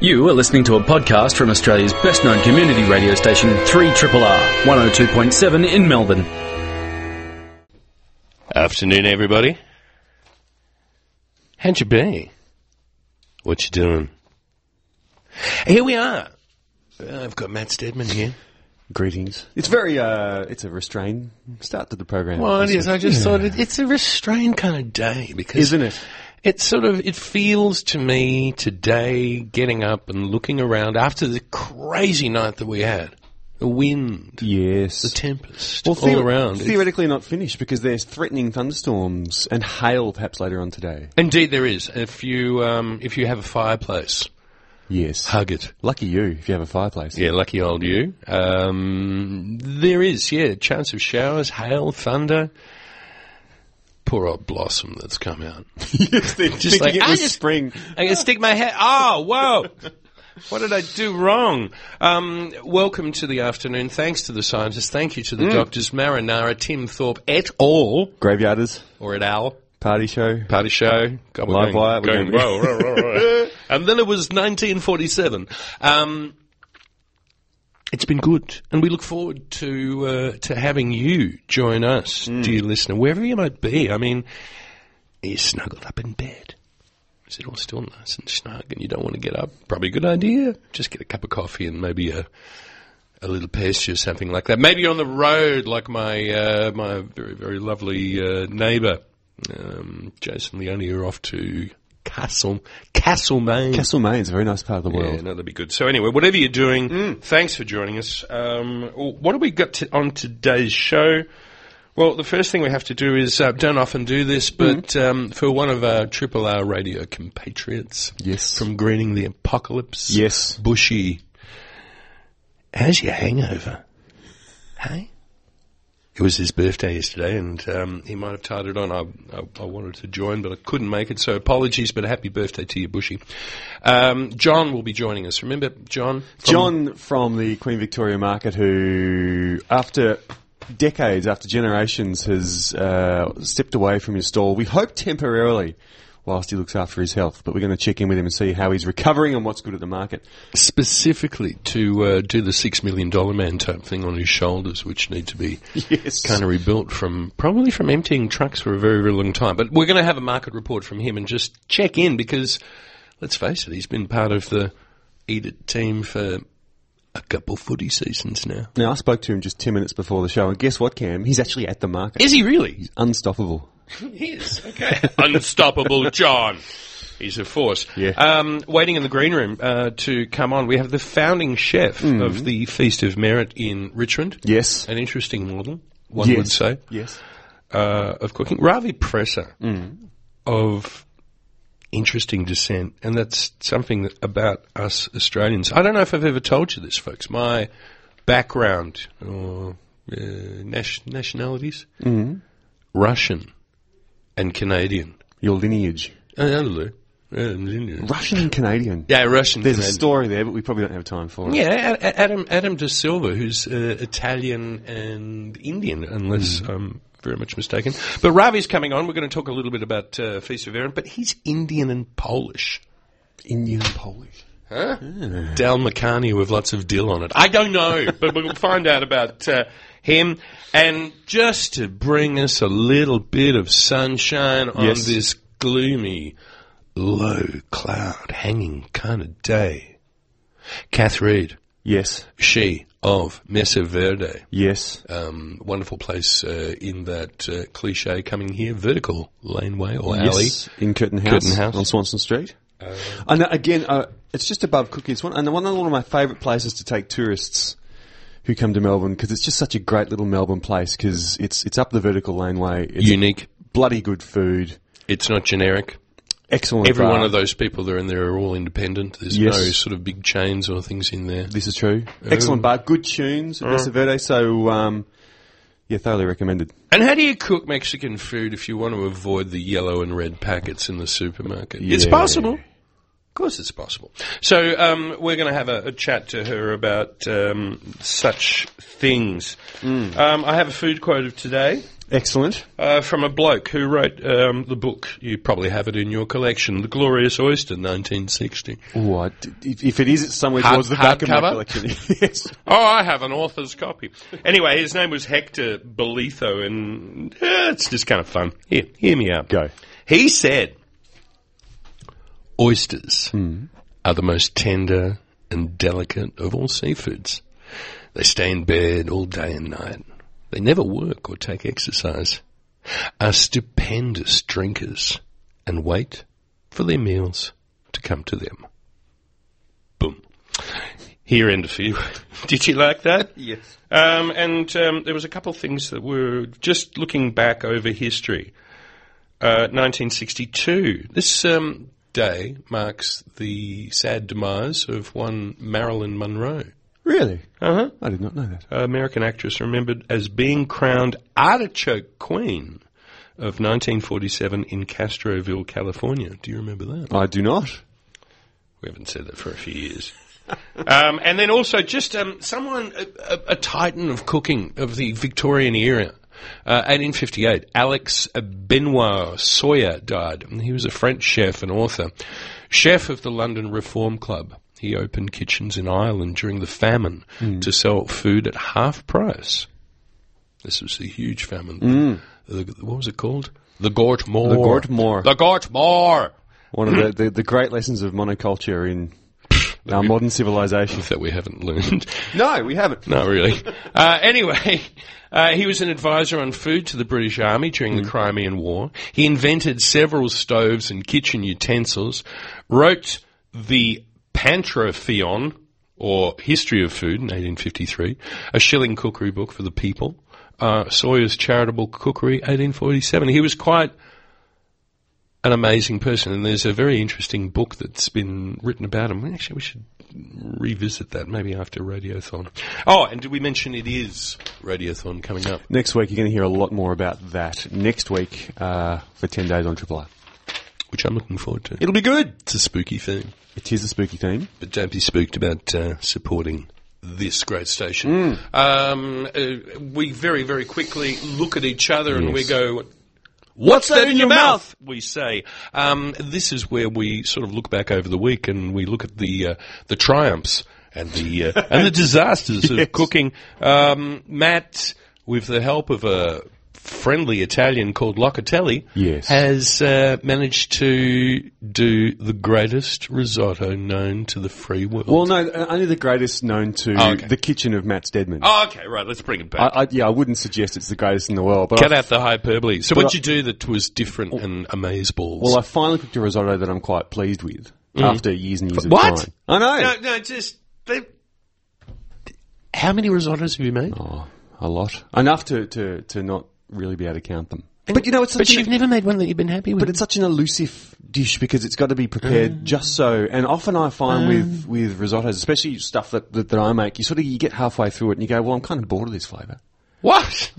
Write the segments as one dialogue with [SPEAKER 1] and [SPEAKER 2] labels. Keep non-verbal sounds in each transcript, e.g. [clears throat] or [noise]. [SPEAKER 1] You are listening to a podcast from Australia's best known community radio station, 3RRR, 102.7 in Melbourne.
[SPEAKER 2] Afternoon, everybody. How'd you be? What you doing? Here we are. Uh, I've got Matt Stedman here.
[SPEAKER 3] Greetings. It's very, uh, it's a restrained start to the program.
[SPEAKER 2] Well, it is. I just thought it, it's a restrained kind of day because
[SPEAKER 3] Isn't it?
[SPEAKER 2] It sort of it feels to me today getting up and looking around after the crazy night that we had, the wind, the
[SPEAKER 3] Yes.
[SPEAKER 2] tempest,
[SPEAKER 3] Well,
[SPEAKER 2] all
[SPEAKER 3] theo-
[SPEAKER 2] around.
[SPEAKER 3] Theoretically not finished because there's threatening thunderstorms and hail perhaps later on today.
[SPEAKER 2] Indeed, there is. If you um, if you have a fireplace,
[SPEAKER 3] Yes.
[SPEAKER 2] hug it.
[SPEAKER 3] Lucky you if you have a fireplace. [laughs]
[SPEAKER 2] Yeah, lucky old you. Um, there is, yeah, chance of showers, hail, thunder. Poor old blossom that's come out.
[SPEAKER 3] Yes, they're thinking
[SPEAKER 2] like,
[SPEAKER 3] it
[SPEAKER 2] I
[SPEAKER 3] was
[SPEAKER 2] just-
[SPEAKER 3] spring.
[SPEAKER 2] I'm gonna stick my head. Oh, whoa! What did I do wrong? Um, welcome to the afternoon. Thanks to the scientists. Thank you to the doctors, Marinara, Tim Thorpe, et al.
[SPEAKER 3] Graveyarders,
[SPEAKER 2] Or et al.
[SPEAKER 3] party show.
[SPEAKER 2] Party show. God, we're
[SPEAKER 3] Live
[SPEAKER 2] going-
[SPEAKER 3] wire, we're
[SPEAKER 2] going
[SPEAKER 3] going-
[SPEAKER 2] well, right, right,
[SPEAKER 3] [laughs]
[SPEAKER 2] right. and then it was 1947. Um, it's been good, and we look forward to uh, to having you join us,
[SPEAKER 3] Hmm.
[SPEAKER 2] dear listener, wherever you might be. I mean, are you snuggled up in bed? Is it all still nice and snug, and you don't want to get up? Probably a good idea. Just get a cup of coffee and maybe a a little pastry or something like that. Maybe you're on the road, like my uh, my very very lovely uh, neighbour, um, Jason Leone, are off to Castle Castlemaine.
[SPEAKER 3] Castlemaine is a very nice part of the
[SPEAKER 2] yeah,
[SPEAKER 3] world.
[SPEAKER 2] no, that'd be good. So anyway, whatever you're doing, thanks for joining us. Um, what have we got to, on today's show? Well, the first thing we have to do is uh, don't often do this, but um, for one of our Triple R radio compatriots
[SPEAKER 3] Yes.
[SPEAKER 2] from Greening the Apocalypse,
[SPEAKER 3] yes.
[SPEAKER 2] Bushy. How's your hangover? Hey? It was his birthday yesterday, and um, he might have tied it on. I, I, I wanted to join, but I couldn't make it, so apologies, but happy birthday to you, Bushy. Um, John will be joining us. Remember, John? From-
[SPEAKER 3] John from the Queen Victoria Market who, after decades, after generations, has uh, stepped away from his stall. We hope temporarily whilst he looks after his health, but we're going to check in with him and see how he's recovering and what's good at the market.
[SPEAKER 2] Specifically to uh, do the $6 million man type thing on his shoulders, which need to be
[SPEAKER 3] Yes.
[SPEAKER 2] kind of rebuilt from probably from emptying trucks for a very very long time. But we're going to have a market report from him and just check in because let's face it, he's been part of the Eat It team for a couple footy seasons now.
[SPEAKER 3] Now, I spoke to him just 10 minutes before the show, and guess what, Cam? He's actually at the market.
[SPEAKER 2] Is he really?
[SPEAKER 3] Unstoppable.
[SPEAKER 2] He is. Okay. [laughs] Unstoppable John. He's a force.
[SPEAKER 3] Yeah.
[SPEAKER 2] Um, waiting in the green room uh, to come on. We have the founding chef
[SPEAKER 3] Mm-hmm.
[SPEAKER 2] of the Feast of Merit in Richmond.
[SPEAKER 3] Yes.
[SPEAKER 2] An interesting model, one
[SPEAKER 3] Yes.
[SPEAKER 2] would say.
[SPEAKER 3] Yes.
[SPEAKER 2] uh, of cooking. Ravi Presser of interesting descent, and that's something that- about us Australians. I don't know if I've ever told you this, folks. My background or uh, nation- nationalities: Russian and Canadian.
[SPEAKER 3] Your lineage.
[SPEAKER 2] Uh, I don't know. Uh,
[SPEAKER 3] Russian and Canadian.
[SPEAKER 2] Yeah, Russian.
[SPEAKER 3] There's a
[SPEAKER 2] Canadian.
[SPEAKER 3] story there, but we probably don't have time for it.
[SPEAKER 2] Yeah, A- A- Adam Adam De Silva, who's uh, Italian and Indian, unless
[SPEAKER 3] Mm.
[SPEAKER 2] I'm very much mistaken. But Ravi's coming on. We're going to talk a little bit about uh, Feast of Erin, but he's Indian and Polish.
[SPEAKER 3] Indian Polish.
[SPEAKER 2] Dal Makani with lots of dill on it. I don't know, [laughs] but we'll find out about uh, him. And just to bring us a little bit of sunshine on
[SPEAKER 3] Yes.
[SPEAKER 2] this gloomy, low cloud hanging kind of day, Kath Reed.
[SPEAKER 3] Yes.
[SPEAKER 2] she of Mesa Verde,
[SPEAKER 3] Yes.
[SPEAKER 2] um, wonderful place uh, in that uh, cliche coming here, vertical laneway or alley.
[SPEAKER 3] Yes, in Curtin House,
[SPEAKER 2] Curtin House.
[SPEAKER 3] on Swanson Street. and uh, again, uh, it's just above Cookies. One and one of one of my favourite places to take tourists who come to Melbourne because it's just such a great little Melbourne place because it's it's up the vertical laneway. It's
[SPEAKER 2] Unique.
[SPEAKER 3] bloody good food.
[SPEAKER 2] It's not generic.
[SPEAKER 3] Excellent.
[SPEAKER 2] Every
[SPEAKER 3] bar.
[SPEAKER 2] one of those people that are in there are all independent. There's
[SPEAKER 3] Yes.
[SPEAKER 2] no sort of big chains or things in there.
[SPEAKER 3] This is true.
[SPEAKER 2] Uh-huh.
[SPEAKER 3] Excellent bar. Good tunes at Mesa Verde. So um, yeah, thoroughly recommended.
[SPEAKER 2] And how do you cook Mexican food if you want to avoid the yellow and red packets in the supermarket? It's
[SPEAKER 3] Yeah.
[SPEAKER 2] possible. Of course, it's possible. So um, we're going to have a, a chat to her
[SPEAKER 3] Hmm.
[SPEAKER 2] about um, such things. Um, I have a food quote of today.
[SPEAKER 3] Excellent.
[SPEAKER 2] uh, from a bloke who wrote um, the book. You probably have it in your collection, The Glorious Oyster, 1960.
[SPEAKER 3] Ooh, I d- if if it is somewhere
[SPEAKER 2] Hard-
[SPEAKER 3] towards the back of my
[SPEAKER 2] hardcover?
[SPEAKER 3] collection. [laughs] yes.
[SPEAKER 2] Oh, I have an author's copy. Anyway, his name was Hector Belitho, and eh, it's just kind of fun. Here, hear me out.
[SPEAKER 3] Go.
[SPEAKER 2] He said, Oysters are the most tender and delicate of all seafoods. They stay in bed all day and night. They never work or take exercise. Are stupendous drinkers and wait for their meals to come to them. Boom. Here end of you. [laughs] Did you like that?
[SPEAKER 3] Yes.
[SPEAKER 2] Um, and um, there was a couple of things that were just looking back over history. Uh, 1962. This um, day marks the sad demise of one Marilyn Monroe,
[SPEAKER 3] Really?
[SPEAKER 2] Uh-huh.
[SPEAKER 3] I did not know that.
[SPEAKER 2] American actress remembered as being crowned Artichoke Queen of 1947 in Castroville, California. Do you remember that?
[SPEAKER 3] I do not.
[SPEAKER 2] We haven't said that for a few years. [laughs] um, and then also just um, someone, a, a, a titan of cooking of the Victorian era. Uh, 1858, Alex Benoit Sawyer died. And He was a French chef and author, chef of the London Reform Club. He opened kitchens in Ireland during the famine to sell food at half price. This was a huge famine. The, what was it called? The Gort Moor.
[SPEAKER 3] The Gort Moor.
[SPEAKER 2] The Gort Moor.
[SPEAKER 3] One of the, the, the great lessons of monoculture in our modern civilization.
[SPEAKER 2] That we haven't [laughs] learned.
[SPEAKER 3] No, we haven't.
[SPEAKER 2] Not really. uh, anyway, uh, he was an advisor on food to the British Army during
[SPEAKER 3] Mm.
[SPEAKER 2] the Crimean War. He invented several stoves and kitchen utensils, wrote the Pantrophion, or History of Food in 1853, a shilling cookery book for the people, uh, Sawyer's Charitable Cookery, 1847. He was quite an amazing person, and there's a very interesting book that's been written about him. Actually, we should revisit that maybe after Radiothon. Oh, and did we mention it is Radiothon coming up?
[SPEAKER 3] Next week, you're going to hear a lot more about that. Next week, uh, for 10 days on Triple R.
[SPEAKER 2] Which I'm looking forward to.
[SPEAKER 3] It'll be good.
[SPEAKER 2] It's a spooky thing,
[SPEAKER 3] It is a spooky theme.
[SPEAKER 2] but don't be spooked about uh, supporting this great station. Um, uh, we very, very quickly look at each other and we go, What's that in your mouth? We say. Um, this is where we sort of look back over the week and we look at the uh, the triumphs and the [laughs] uh, and the disasters of cooking. Um, Matt, with the help of a friendly Italian called Locatelli,
[SPEAKER 3] Yes.
[SPEAKER 2] has uh, managed to do the greatest risotto known to the free world.
[SPEAKER 3] Well, no, uh, only the greatest known to
[SPEAKER 2] Oh, okay.
[SPEAKER 3] the kitchen of Matt Stedman.
[SPEAKER 2] oh, okay, right. Let's bring it back.
[SPEAKER 3] I, I, yeah, I wouldn't suggest it's the greatest in the world, but
[SPEAKER 2] Get
[SPEAKER 3] I,
[SPEAKER 2] out the hyperbole. So, what'd
[SPEAKER 3] I-
[SPEAKER 2] you do that was different and amazeballs?
[SPEAKER 3] well, I finally cooked a risotto that I'm quite pleased with after years and years of
[SPEAKER 2] Mm. What?
[SPEAKER 3] trying. I know.
[SPEAKER 2] No, no, just. They, how many risottos have you made?
[SPEAKER 3] Oh, a lot. Enough to, to, to not really be able to count them. But you know, it's such, an,
[SPEAKER 2] never made one that you've been happy with.
[SPEAKER 3] but it's such an elusive dish because it's got to be prepared
[SPEAKER 2] Mm.
[SPEAKER 3] just so. And often I find with, with risottos, especially stuff that, that, that I make, you sort of you get halfway through it and you go, well, I'm kind of bored of this flavour. [laughs]
[SPEAKER 2] what?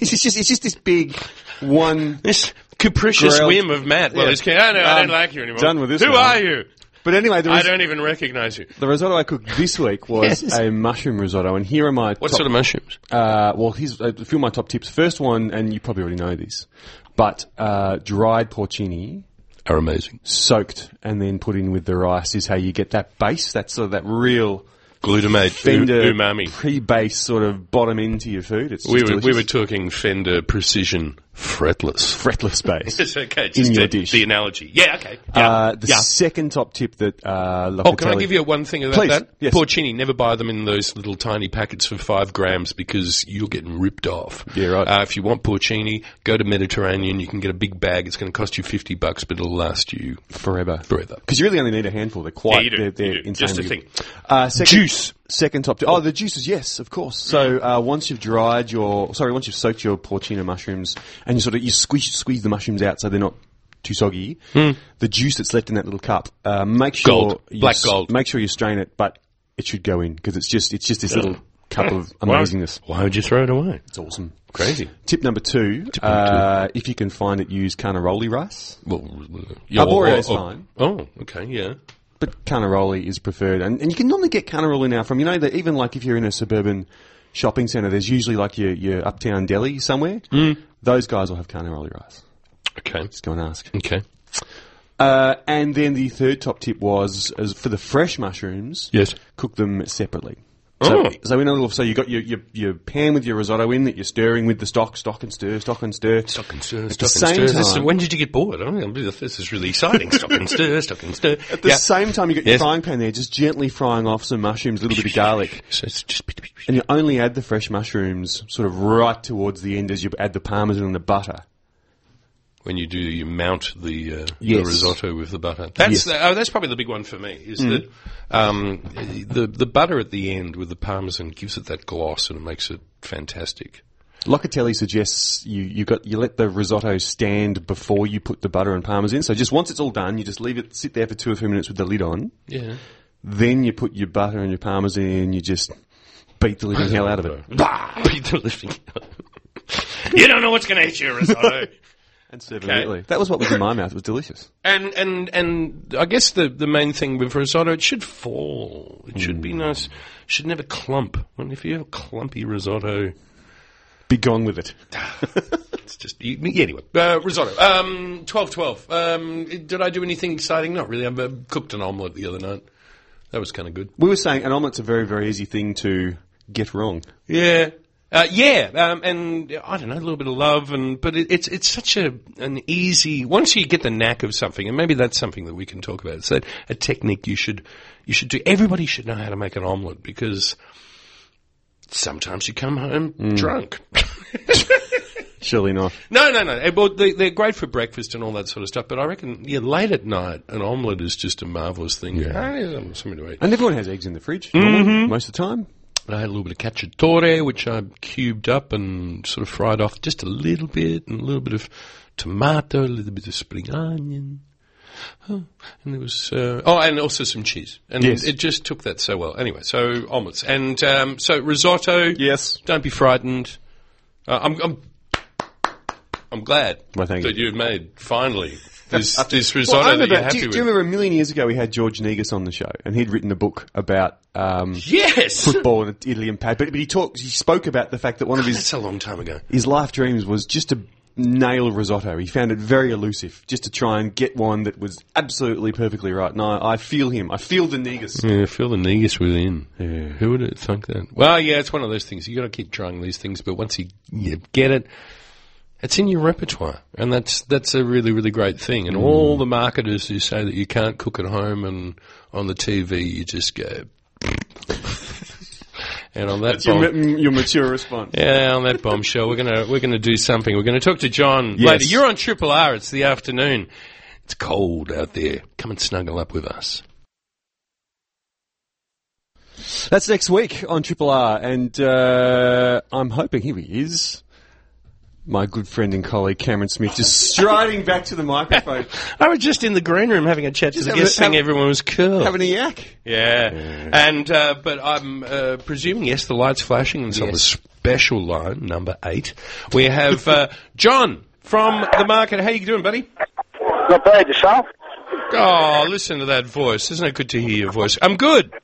[SPEAKER 3] it's just it's just this big one.
[SPEAKER 2] This capricious
[SPEAKER 3] Grilled-
[SPEAKER 2] whim of Matt. Well,
[SPEAKER 3] Yeah.
[SPEAKER 2] it's, I, know, I
[SPEAKER 3] Um,
[SPEAKER 2] don't like you anymore.
[SPEAKER 3] done with this
[SPEAKER 2] Who
[SPEAKER 3] now.
[SPEAKER 2] are you?
[SPEAKER 3] But anyway, the,
[SPEAKER 2] I
[SPEAKER 3] ris-
[SPEAKER 2] don't even recognize you.
[SPEAKER 3] the risotto I cooked this week was
[SPEAKER 2] Yes.
[SPEAKER 3] a mushroom risotto, and here are my
[SPEAKER 2] What
[SPEAKER 3] top,
[SPEAKER 2] sort of mushrooms?
[SPEAKER 3] Uh, well, here's a few of my top tips. First one, and you probably already know this, but uh, dried porcini
[SPEAKER 2] Are amazing.
[SPEAKER 3] soaked and then put in with the rice is how you get that base, that sort of that real
[SPEAKER 2] Glutamate,
[SPEAKER 3] fender
[SPEAKER 2] u- umami.
[SPEAKER 3] pre-base sort of bottom into your food. It's
[SPEAKER 2] We
[SPEAKER 3] just
[SPEAKER 2] were, we were
[SPEAKER 3] delicious.
[SPEAKER 2] talking Fender Precision Fretless.
[SPEAKER 3] fretless
[SPEAKER 2] [laughs]
[SPEAKER 3] base.
[SPEAKER 2] It's okay, just
[SPEAKER 3] In your
[SPEAKER 2] the,
[SPEAKER 3] dish.
[SPEAKER 2] the analogy. Yeah, okay. Yeah.
[SPEAKER 3] Uh, the
[SPEAKER 2] yeah.
[SPEAKER 3] second top tip that uh,
[SPEAKER 2] Oh, can I give you one thing about
[SPEAKER 3] Please,
[SPEAKER 2] that?
[SPEAKER 3] yes.
[SPEAKER 2] Porcini, never buy them in those little tiny packets for five grams because you're getting ripped off.
[SPEAKER 3] Yeah, right.
[SPEAKER 2] Uh, if you want porcini, go to Mediterranean. You can get a big bag. It's going to cost you 50 bucks, but it'll last you
[SPEAKER 3] forever?
[SPEAKER 2] forever.
[SPEAKER 3] Because you really only need a handful. They're quite.
[SPEAKER 2] you do,
[SPEAKER 3] They're, they're
[SPEAKER 2] you do.
[SPEAKER 3] insanely
[SPEAKER 2] Just a
[SPEAKER 3] good.
[SPEAKER 2] thing.
[SPEAKER 3] Uh, second,
[SPEAKER 2] Juice.
[SPEAKER 3] Second top tip. Oh, the juices. Yes, of course. So uh, once you've dried your, sorry, once you've soaked your porcino mushrooms, and you sort of you squeeze squeeze the mushrooms out so they're not too soggy. The juice that's left in that little cup. Uh, make sure
[SPEAKER 2] Hmm. Gold.
[SPEAKER 3] you
[SPEAKER 2] Black
[SPEAKER 3] s-
[SPEAKER 2] gold.
[SPEAKER 3] Make sure you strain it, but it should go in because it's just it's just this little
[SPEAKER 2] [clears throat]
[SPEAKER 3] cup of amazingness.
[SPEAKER 2] Why would you throw it away?
[SPEAKER 3] It's awesome.
[SPEAKER 2] Crazy.
[SPEAKER 3] Tip number two, uh, if you can find it, use cannaroli rice.
[SPEAKER 2] Well, yeah,
[SPEAKER 3] Arborio is fine.
[SPEAKER 2] Oh, okay, yeah.
[SPEAKER 3] But cannaroli is preferred, and, and you can normally get cannaroli now from you know that even like if you're in a suburban shopping centre, there's usually like your, your uptown deli somewhere.
[SPEAKER 2] Mm.
[SPEAKER 3] Those guys will have carnaroli rice.
[SPEAKER 2] Okay.
[SPEAKER 3] Just go and ask.
[SPEAKER 2] Okay.
[SPEAKER 3] Uh, and then the third top tip was as for the fresh mushrooms,
[SPEAKER 2] Yes.
[SPEAKER 3] cook them separately.
[SPEAKER 2] Oh.
[SPEAKER 3] So, so in a little, so you got your, your your pan with your risotto in that you're stirring with the stock, stock and stir, stock and stir.
[SPEAKER 2] Stock and stir,
[SPEAKER 3] the
[SPEAKER 2] stock and
[SPEAKER 3] same
[SPEAKER 2] stir. This is-
[SPEAKER 3] time-
[SPEAKER 2] when did you get bored? I don't know. This is really exciting. stock and stir, stock and stir.
[SPEAKER 3] At the
[SPEAKER 2] Yeah.
[SPEAKER 3] same time, you got your
[SPEAKER 2] Yes.
[SPEAKER 3] frying pan there, just gently frying off some mushrooms, a little bit of garlic,
[SPEAKER 2] So it's just
[SPEAKER 3] and you only add the fresh mushrooms sort of right towards the end as you add the parmesan and the butter.
[SPEAKER 2] when you do you mount the, uh, the
[SPEAKER 3] Yes.
[SPEAKER 2] risotto with the butter. That's
[SPEAKER 3] Yes.
[SPEAKER 2] the, oh, that's probably the big one for me is that um, the the butter at the end with the parmesan gives it that gloss and it makes it fantastic.
[SPEAKER 3] Locatelli suggests you, you got you let the risotto stand before you put the butter and parmesan. So just once it's all done, you just leave it sit there for two or three minutes with the lid on.
[SPEAKER 2] [laughs] Yeah.
[SPEAKER 3] Then you put your butter and your parmesan in. You just beat the living hell out of [laughs] it
[SPEAKER 2] Beat the living. [laughs] you don't know what's going to hit you, risotto.
[SPEAKER 3] and serve
[SPEAKER 2] Okay.
[SPEAKER 3] immediately. That was what was in my mouth. It was delicious.
[SPEAKER 2] and and and I guess the the main thing with risotto, it should fall. It should be nice. It Should never clump. And if you have clumpy risotto,
[SPEAKER 3] Be gone with it.
[SPEAKER 2] It's just you, yeah, anyway. Uh, risotto. Um, twelve, twelve. Um, did I do anything exciting? Not really. I uh, cooked an omelette the other night. That was kind of good.
[SPEAKER 3] We were saying an omelette's a very very easy thing to get wrong.
[SPEAKER 2] Yeah. Uh, yeah, um, and uh, I don't know, a little bit of love, and but it, it's it's such a an easy once you get the knack of something, and maybe that's something that we can talk about. It's that a technique you should you should do. Everybody should know how to make an omelette because sometimes you come home drunk. [laughs]
[SPEAKER 3] Surely not.
[SPEAKER 2] No, no, no. Eh, Well, they, they're great for breakfast and all that sort of stuff. But I reckon, yeah, late at night, an omelette is just a marvelous thing. Ah, yeah, something to eat.
[SPEAKER 3] And everyone has eggs in the fridge normally, most of the time.
[SPEAKER 2] But I had a little bit of cacciatore, which I cubed up and sort of fried off just a little bit, and a little bit of tomato, a little bit of spring onion. Oh, and there was uh, oh, and also some cheese, and
[SPEAKER 3] Yes.
[SPEAKER 2] it just took that so well. Anyway, so omelets and um, so risotto.
[SPEAKER 3] Yes.
[SPEAKER 2] Don't be frightened. Uh, I'm, I'm, I'm glad
[SPEAKER 3] Well, thank
[SPEAKER 2] that
[SPEAKER 3] you.
[SPEAKER 2] you have made
[SPEAKER 3] [laughs]
[SPEAKER 2] finally this, this
[SPEAKER 3] Well,
[SPEAKER 2] risotto
[SPEAKER 3] I
[SPEAKER 2] that
[SPEAKER 3] remember,
[SPEAKER 2] you're happy
[SPEAKER 3] do, you,
[SPEAKER 2] with.
[SPEAKER 3] do you remember a million years ago we had George Negus on the show, and he'd written a book about [laughs] um,
[SPEAKER 2] yes, [laughs]
[SPEAKER 3] football and Italy and pad. But, but he talked, he spoke about the fact that one of his [laughs]
[SPEAKER 2] that's a long time ago.
[SPEAKER 3] his life dreams was just to nail risotto. He found it very elusive, just to try and get one that was absolutely perfectly right. And I, I feel him. I feel the negus.
[SPEAKER 2] Yeah, feel the negus within. Yeah. Who would have thunk that? Well, yeah, it's one of those things. You got to keep trying these things, but once you, you get it, it's in your repertoire, and that's that's a really really great thing. And all the marketers who say that you can't cook at home and on the TV, you just go. [laughs] and on that
[SPEAKER 3] Your,
[SPEAKER 2] bomb-
[SPEAKER 3] ma- m- your mature response.
[SPEAKER 2] Yeah, on that bombshell, we're gonna we're gonna do something. We're gonna talk to John later. You're on Triple R. It's the afternoon. It's cold out there. Come and snuggle up with us.
[SPEAKER 3] That's next week on Triple R, and uh, I'm hoping here he is. My good friend and colleague Cameron Smith just striding back to the [laughs] microphone,
[SPEAKER 2] I was just in the green room having a chat to the
[SPEAKER 3] having a-
[SPEAKER 2] guests, saying
[SPEAKER 3] have-
[SPEAKER 2] everyone was cool.
[SPEAKER 3] having a yak.
[SPEAKER 2] yeah. and uh, but I'm uh, presuming yes, the lights flashing, and it's on the special line number eight. We have uh, John from the market. How you doing, buddy?
[SPEAKER 4] Not bad yourself?
[SPEAKER 2] Oh, listen to that voice. Isn't it good to hear your voice? I'm good.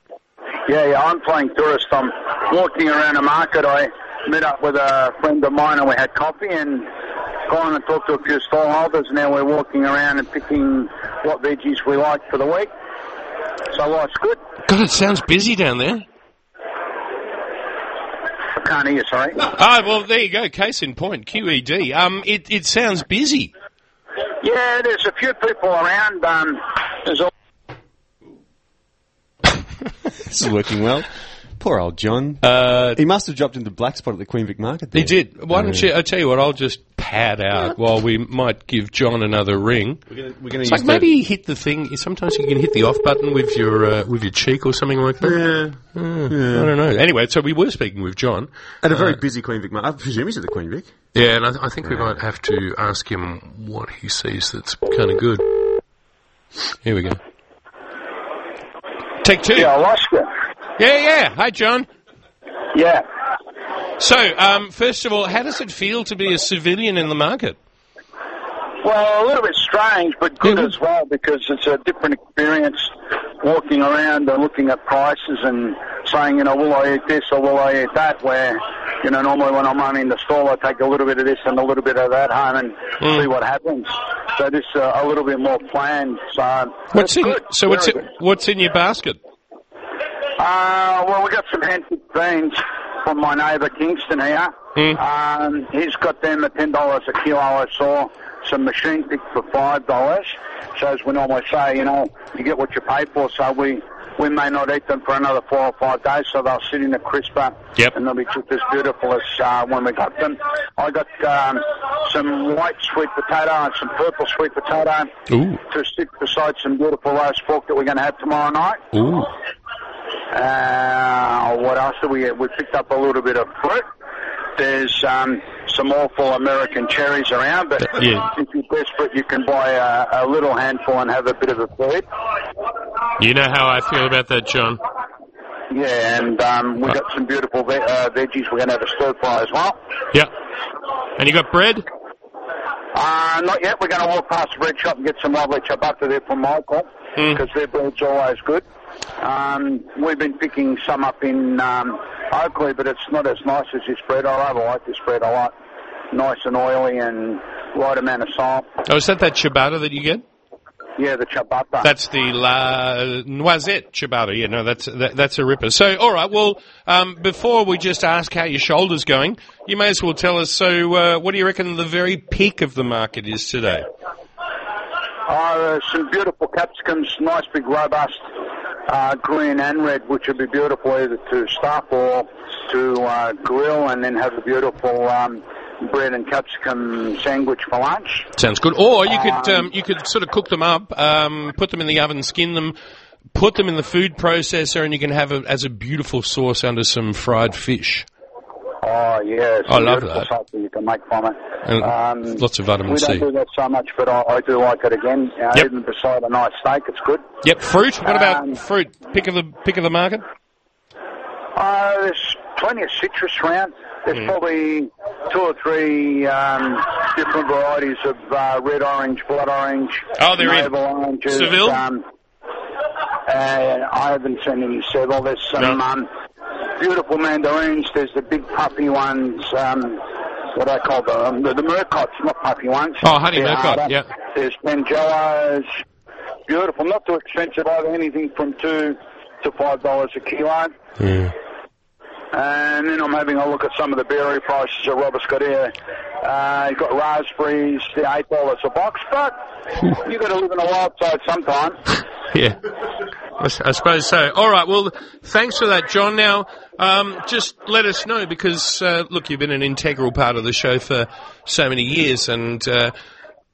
[SPEAKER 4] Yeah, yeah, I'm playing tourist. I'm walking around the market. I met up with a friend of mine and we had coffee and gone and talked to a few stallholders. Now we're walking around and picking what veggies we like for the week. So life's good.
[SPEAKER 2] God, it sounds busy down there.
[SPEAKER 4] I can't hear you, sorry.
[SPEAKER 2] Oh, well, there you go. Case in point, QED. Um, it, it sounds busy.
[SPEAKER 4] Yeah, there's a few people around. Um, there's a
[SPEAKER 3] This is working well. Poor old John.
[SPEAKER 2] Uh,
[SPEAKER 3] he must have dropped into black spot at the Queen Vic Market. There.
[SPEAKER 2] he did. Why don't you? I tell you what. I'll just pad out while we might give John another ring.
[SPEAKER 3] We're gonna, we're gonna
[SPEAKER 2] It's like maybe you hit the thing. Sometimes you can hit the off button with your uh, with your cheek or something like that. I don't know. Anyway, so we were speaking with John.
[SPEAKER 3] At a very busy Queen Vic Market. I presume he's at the Queen Vic.
[SPEAKER 2] Yeah, and I, th- I think we might have to ask him what he sees that's kind of good. Here we go. Take two.
[SPEAKER 4] yeah,
[SPEAKER 2] Yeah,
[SPEAKER 4] I lost you.
[SPEAKER 2] yeah. Hi, John.
[SPEAKER 4] Yeah.
[SPEAKER 2] So, um, first of all, how does it feel to be a civilian in the market?
[SPEAKER 4] Well, a little bit strange, but good
[SPEAKER 2] Yeah.
[SPEAKER 4] as well because it's a different experience walking around and looking at prices and saying, you know, will I eat this or will I eat that? Where, you know, normally when I'm only in the stall, I take a little bit of this and a little bit of that home and
[SPEAKER 2] Mm.
[SPEAKER 4] see what happens. So this uh, a little bit more planned. So
[SPEAKER 2] What's
[SPEAKER 4] it's
[SPEAKER 2] in,
[SPEAKER 4] good.
[SPEAKER 2] so what's
[SPEAKER 4] Very
[SPEAKER 2] in,
[SPEAKER 4] good.
[SPEAKER 2] what's in your basket?
[SPEAKER 4] Uh, well, we got some handpicked beans from my neighbour Kingston here.
[SPEAKER 2] Hmm.
[SPEAKER 4] Um, he's got them at ten dollars a kilo. I saw some machine picked for five dollars. So as we normally say, you know, you get what you pay for. So we we may not eat them for another four or five days. So they'll sit in the crisper,
[SPEAKER 2] Yep.
[SPEAKER 4] and they'll be just as beautiful as uh, when we got them. I got um, some white sweet potato and some purple sweet potato
[SPEAKER 2] Ooh,
[SPEAKER 4] to sit beside some beautiful roast pork that we're going to have tomorrow night.
[SPEAKER 2] ooh.
[SPEAKER 4] Uh, what else did we get? We picked up a little bit of fruit. There's um, some awful American cherries around, but
[SPEAKER 2] Yeah.
[SPEAKER 4] if you're desperate, you can buy a, a little handful and have a bit of a food.
[SPEAKER 5] You know how I feel about that, John.
[SPEAKER 4] Yeah, and um, we got some beautiful ve- uh, veggies. We're going to have a stir fry as well.
[SPEAKER 5] Yep. And you got bread?
[SPEAKER 4] Uh, not yet. We're going to walk past the bread shop and get some lovely ciabatta there from Michael because their bread's always good. Um, we've been picking some up in um, Oakley, but it's not as nice as this bread. I love, I like this bread a lot. Nice and oily and right amount of salt.
[SPEAKER 2] Oh, is that that ciabatta that you get?
[SPEAKER 4] Yeah, the ciabatta.
[SPEAKER 2] That's the La Noisette ciabatta. Yeah, no, that's that, that's a ripper. So, all right. Well, um, before we just ask how your shoulder's going, you may as well tell us. So, uh, what do you reckon the very peak of the market is today?
[SPEAKER 4] Uh, some beautiful capsicums, nice big robust, uh, green and red, which would be beautiful either to stuff or to uh, grill and then have a beautiful um, bread and capsicum sandwich for lunch.
[SPEAKER 2] Sounds good. Or you could um, you could sort of cook them up, um, put them in the oven, skin them, put them in the food processor, and you can have it as a beautiful sauce under some fried fish.
[SPEAKER 4] Oh, yeah. it's
[SPEAKER 2] I
[SPEAKER 4] a
[SPEAKER 2] love
[SPEAKER 4] beautiful
[SPEAKER 2] that.
[SPEAKER 4] Something you can make from it. Um,
[SPEAKER 2] And lots of vitamin
[SPEAKER 4] we
[SPEAKER 2] C.
[SPEAKER 4] don't do that so much, but I, I do like it again. Uh,
[SPEAKER 2] Yep.
[SPEAKER 4] Even beside a nice steak, it's good.
[SPEAKER 2] Yep. Fruit. What
[SPEAKER 4] Um,
[SPEAKER 2] about fruit? Pick of the pick of the market.
[SPEAKER 4] Uh, there's plenty of citrus around. There's
[SPEAKER 2] Hmm.
[SPEAKER 4] probably two or three um, different varieties of uh, red orange, blood orange.
[SPEAKER 2] Oh, they're in.
[SPEAKER 4] navel oranges.
[SPEAKER 2] Seville?
[SPEAKER 4] Um, uh, I haven't seen any Seville. There's some
[SPEAKER 5] No.
[SPEAKER 4] um, beautiful mandarins. There's the big puffy ones. Um, what do I call them? The, the murcots, not puffy ones.
[SPEAKER 2] Oh, honey
[SPEAKER 4] They're
[SPEAKER 2] murcot,
[SPEAKER 4] harder.
[SPEAKER 2] yeah.
[SPEAKER 4] There's mangelos. Beautiful, not too expensive either. Anything from two to five dollars a kilo. And then I'm having a look at some of the berry prices that Robert's got here. Uh, you've got raspberries, they're eight dollars a box, but you've got to live in a wild side sometime.
[SPEAKER 2] Yeah, I, s- I suppose so. All right. Well, thanks for that, John. Now, um, just let us know because uh, look, you've been an integral part of the show for so many years, and uh,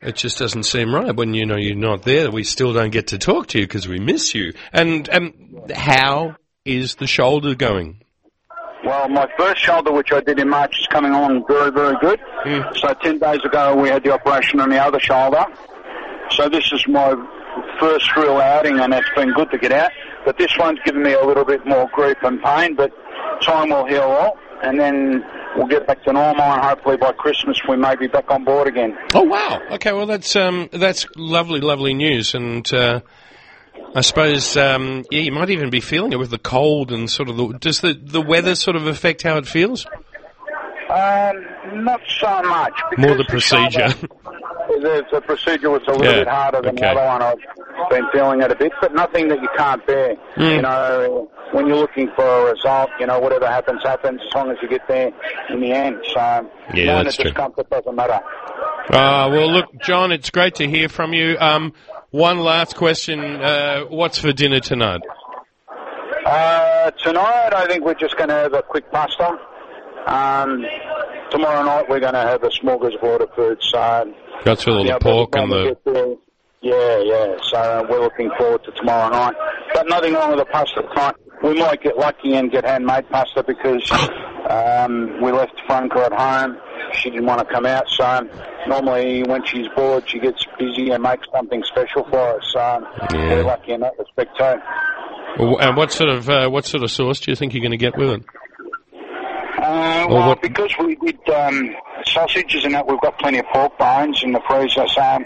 [SPEAKER 2] it just doesn't seem right when you know you're not there. We still don't get to talk to you because we miss you. And and how is the shoulder going?
[SPEAKER 4] Well, my first shoulder, which I did in March, is coming along very, very good. So 10 days ago, we had the operation on the other shoulder. So this is my first real outing, and it's been good to get out. But this one's given me a little bit more grief and pain, but time will heal all. And then we'll get back to normal, and hopefully by Christmas, we may be back on board again.
[SPEAKER 2] Oh wow. Okay. Well, that's um, that's lovely, lovely news, and. Uh, I suppose, um, yeah, you might even be feeling it with the cold and sort of the. Does the, the weather sort of affect how it feels?
[SPEAKER 4] Um, not so much. because
[SPEAKER 2] More the
[SPEAKER 4] this shoulder-
[SPEAKER 2] procedure.
[SPEAKER 4] The, the procedure was a little
[SPEAKER 2] Yeah,
[SPEAKER 4] bit harder than
[SPEAKER 2] okay.
[SPEAKER 4] the other one. I've been feeling it a bit, but nothing that you can't bear.
[SPEAKER 2] Hmm.
[SPEAKER 4] You know, when you're looking for a result, you know, whatever happens, happens, as long as you get there in the end. So,
[SPEAKER 2] Yeah,
[SPEAKER 4] minor
[SPEAKER 2] that's true.
[SPEAKER 4] discomfort doesn't matter.
[SPEAKER 2] Uh, well, look, John, it's great to hear from you. Um, one last question: uh, What's for dinner tonight?
[SPEAKER 4] Uh, tonight, I think we're just going to have a quick pasta. Um, tomorrow night, we're going to have a smorgasbord of food. So,
[SPEAKER 2] Got through all
[SPEAKER 4] Yeah,
[SPEAKER 2] the
[SPEAKER 4] by
[SPEAKER 2] pork and
[SPEAKER 4] time we
[SPEAKER 2] the.
[SPEAKER 4] get there- Yeah, yeah. So uh, we're looking forward to tomorrow night. But nothing wrong with the pasta tonight. We might get lucky and get handmade pasta because um, we left Franco at home. She didn't want to come out. So normally when she's bored, she gets busy and makes something special for us. So we're lucky in that respect too.
[SPEAKER 2] And what sort of uh, what sort of sauce do you think you're going to get with it?
[SPEAKER 4] Uh,
[SPEAKER 2] Well,
[SPEAKER 4] well,
[SPEAKER 2] what-
[SPEAKER 4] because we did um, sausages and that, we've got plenty of pork bones in the freezer. So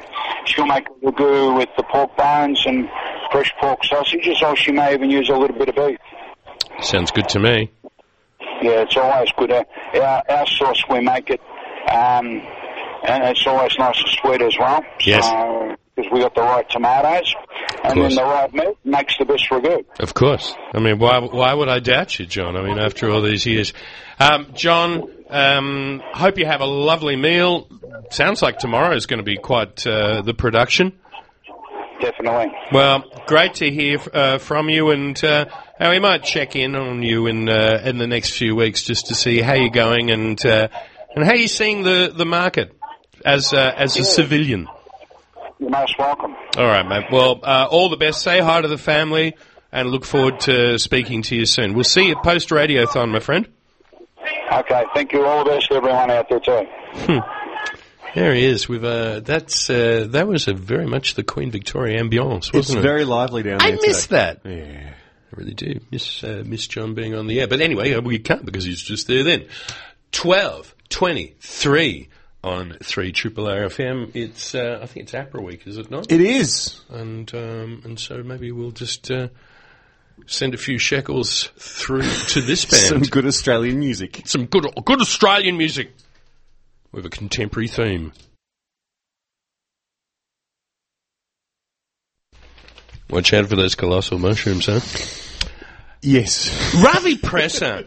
[SPEAKER 4] she'll make a ragu with the pork bones and fresh pork sausages, or she may even use a little bit of beef.
[SPEAKER 2] Sounds good to me.
[SPEAKER 4] Yeah, it's always good. Our, our, our sauce, we make it, um, and it's always nice and sweet as well.
[SPEAKER 2] Yes.
[SPEAKER 4] Because we got the right tomatoes, and then
[SPEAKER 2] course.
[SPEAKER 4] the right meat makes the best ragu.
[SPEAKER 2] Of course. I mean, why, why would I doubt you, John? I mean, after all these years. Um, John, um, hope you have a lovely meal. Sounds like tomorrow is going to be quite uh, the production.
[SPEAKER 4] Definitely.
[SPEAKER 2] Well, great to hear uh, from you, and uh, uh, we might check in on you in uh, in the next few weeks just to see how you're going and uh, and how you're seeing the, the market as uh, as a civilian.
[SPEAKER 4] You're most welcome.
[SPEAKER 2] All right, mate. Well, uh, all the best. Say hi to the family, and look forward to speaking to you soon. We'll see you post radiothon, my friend.
[SPEAKER 4] Okay, thank you. All the best to everyone out there too.
[SPEAKER 2] There he is. With uh, that's uh, that was a very much the Queen Victoria ambience, wasn't
[SPEAKER 3] It's
[SPEAKER 2] it?
[SPEAKER 3] very lively down
[SPEAKER 2] I
[SPEAKER 3] there.
[SPEAKER 2] miss
[SPEAKER 3] today.
[SPEAKER 2] that.
[SPEAKER 3] Yeah.
[SPEAKER 2] I really do miss uh, miss John being on the air. But anyway, uh, we can't because he's just there then. 12, 23 on 3 Triple R FM. It's, uh, I think it's APRA week, is it not?
[SPEAKER 3] It is.
[SPEAKER 2] and, um, and so maybe we'll just uh, send a few shekels through to
[SPEAKER 3] [laughs]
[SPEAKER 2] this band.
[SPEAKER 3] Some good Australian music.
[SPEAKER 2] Some good, good Australian music with a contemporary theme. Watch out for those colossal mushrooms, huh?
[SPEAKER 3] [laughs] Yes.
[SPEAKER 2] Ravi Presser.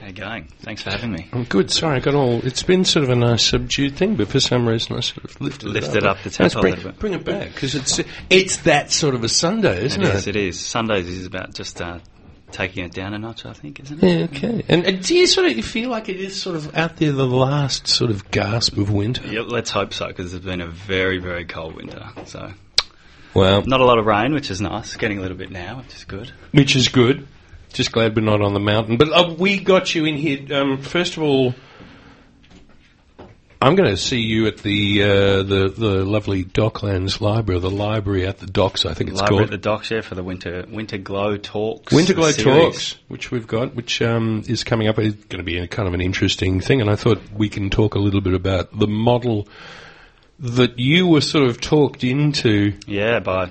[SPEAKER 6] How you going? Thanks for having me.
[SPEAKER 2] [laughs] I'm good. Sorry, I got all. It's been sort of a nice subdued thing, but for some reason I sort of lifted
[SPEAKER 6] Lifted
[SPEAKER 2] it up,
[SPEAKER 6] up the
[SPEAKER 2] Let's
[SPEAKER 6] tempo a
[SPEAKER 2] bring,
[SPEAKER 6] little bit.
[SPEAKER 2] Bring it back because it's it's that sort of a Sunday, isn't
[SPEAKER 6] It
[SPEAKER 2] it?
[SPEAKER 6] is, it is. Sundays is about just uh, taking it down a notch, I think, isn't
[SPEAKER 2] Yeah,
[SPEAKER 6] it?
[SPEAKER 2] okay. And, and do you sort of you feel like it is sort of out there the last sort of gasp of winter?
[SPEAKER 6] Yeah, let's hope so, because it's been a very, very cold winter. So,
[SPEAKER 2] Well,
[SPEAKER 6] not a lot of rain, which is nice. Getting a little bit now, which is good.
[SPEAKER 2] which is good. Just glad we're not on the mountain. But uh, we got you in here. Um, first of all, I'm going to see you at the uh, the the lovely Docklands Library, the library at the docks. I think it's
[SPEAKER 6] Library
[SPEAKER 2] called
[SPEAKER 6] at the docks, yeah, for the winter winter glow talks.
[SPEAKER 2] Winter Glow
[SPEAKER 6] series.
[SPEAKER 2] Talks, which we've got, which um, is coming up, is going to be a kind of an interesting thing. And I thought we can talk a little bit about the model that you were sort of talked into
[SPEAKER 6] Yeah, by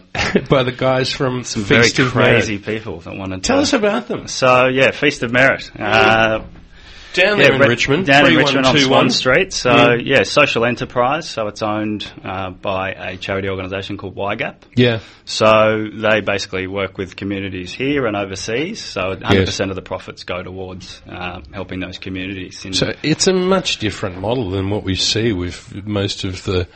[SPEAKER 2] by the guys from
[SPEAKER 6] some
[SPEAKER 2] Feast
[SPEAKER 6] very
[SPEAKER 2] of Merit.
[SPEAKER 6] crazy people that wanted
[SPEAKER 2] Tell
[SPEAKER 6] to.
[SPEAKER 2] us about them.
[SPEAKER 6] so yeah, Feast of Merit. Uh,
[SPEAKER 2] Down
[SPEAKER 6] yeah,
[SPEAKER 2] there in
[SPEAKER 6] re-
[SPEAKER 2] Richmond,
[SPEAKER 6] down in Richmond on
[SPEAKER 2] 3121.
[SPEAKER 6] Swan Street. So
[SPEAKER 2] Mm.
[SPEAKER 6] yeah, social enterprise. So it's owned uh, by a charity organisation called YGAP.
[SPEAKER 2] Yeah.
[SPEAKER 6] So they basically work with communities here and overseas. So 100% of the profits go towards uh, helping those communities. In,
[SPEAKER 2] So it's a much different model than what we see with most of the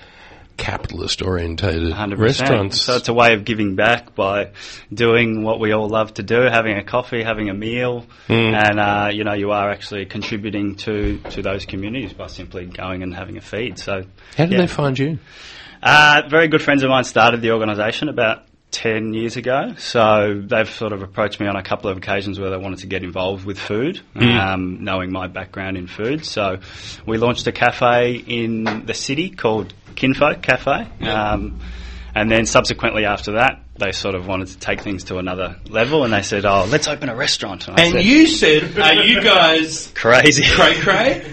[SPEAKER 2] capitalist orientated
[SPEAKER 6] 100%.
[SPEAKER 2] restaurants.
[SPEAKER 6] So it's a way of giving back by doing what we all love to do, having a coffee, having a meal,
[SPEAKER 2] Hmm.
[SPEAKER 6] and uh, you know you are actually contributing to to those communities by simply going and having a feed. So
[SPEAKER 2] How did
[SPEAKER 6] yeah.
[SPEAKER 2] they find you?
[SPEAKER 6] Uh, very good friends of mine started the organisation about 10 years ago. So they've sort of approached me on a couple of occasions where they wanted to get involved with food,
[SPEAKER 2] Hmm.
[SPEAKER 6] um, knowing my background in food. So we launched a cafe in the city called Kinfolk Cafe. Um, and then subsequently after that, they sort of wanted to take things to another level and they said, oh, let's open a restaurant. I said,
[SPEAKER 2] you said, are you guys
[SPEAKER 6] [laughs] crazy.
[SPEAKER 2] cray?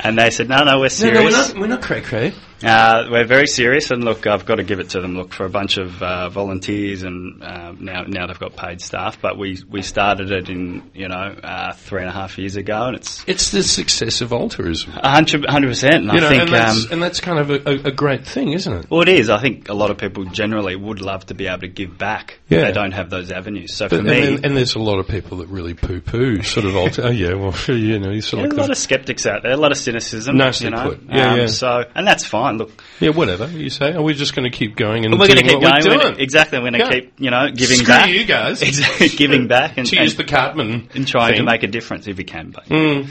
[SPEAKER 6] and they said, no, no, we're
[SPEAKER 2] No,
[SPEAKER 6] serious.
[SPEAKER 2] no, we're not, we're not cray cray.
[SPEAKER 6] Uh, we're very serious, and look, I've got to give it to them. Look for a bunch of uh, volunteers, and uh, now now they've got paid staff. But we, we started it in you know uh, three and a half years ago, and it's
[SPEAKER 2] It's the success of altruism.
[SPEAKER 6] a hundred hundred percent. And
[SPEAKER 2] You know,
[SPEAKER 6] I think
[SPEAKER 2] and, that's,
[SPEAKER 6] um,
[SPEAKER 2] and that's kind of a, a, a great thing, isn't it?
[SPEAKER 6] well, it is. I think a lot of people generally would love to be able to give back.
[SPEAKER 2] Yeah.
[SPEAKER 6] They don't have those avenues. So for
[SPEAKER 2] and,
[SPEAKER 6] me,
[SPEAKER 2] then- and there's a lot of people that really poo-poo sort of alter. oh yeah, well [laughs] you know, you sort
[SPEAKER 6] there's
[SPEAKER 2] of
[SPEAKER 6] a
[SPEAKER 2] like
[SPEAKER 6] lot
[SPEAKER 2] the,
[SPEAKER 6] of skeptics out there, a lot of cynicism.
[SPEAKER 2] Nicely
[SPEAKER 6] you know? Um,
[SPEAKER 2] put. Yeah, yeah.
[SPEAKER 6] So and that's fine. Look,
[SPEAKER 2] yeah, whatever you say. Oh, we're just going to keep going and
[SPEAKER 6] we're going to
[SPEAKER 2] doing
[SPEAKER 6] keep
[SPEAKER 2] what
[SPEAKER 6] going. We're
[SPEAKER 2] We're
[SPEAKER 6] gonna-
[SPEAKER 2] doing.
[SPEAKER 6] exactly. We're going
[SPEAKER 2] Yeah.
[SPEAKER 6] to keep you know giving
[SPEAKER 2] Screw
[SPEAKER 6] back.
[SPEAKER 2] you guys.
[SPEAKER 6] [laughs] Exactly, giving
[SPEAKER 2] [laughs]
[SPEAKER 6] back and,
[SPEAKER 2] To
[SPEAKER 6] and
[SPEAKER 2] use the Cartman
[SPEAKER 6] and trying to
[SPEAKER 2] thing. Mm.
[SPEAKER 6] make a difference if you can. But no,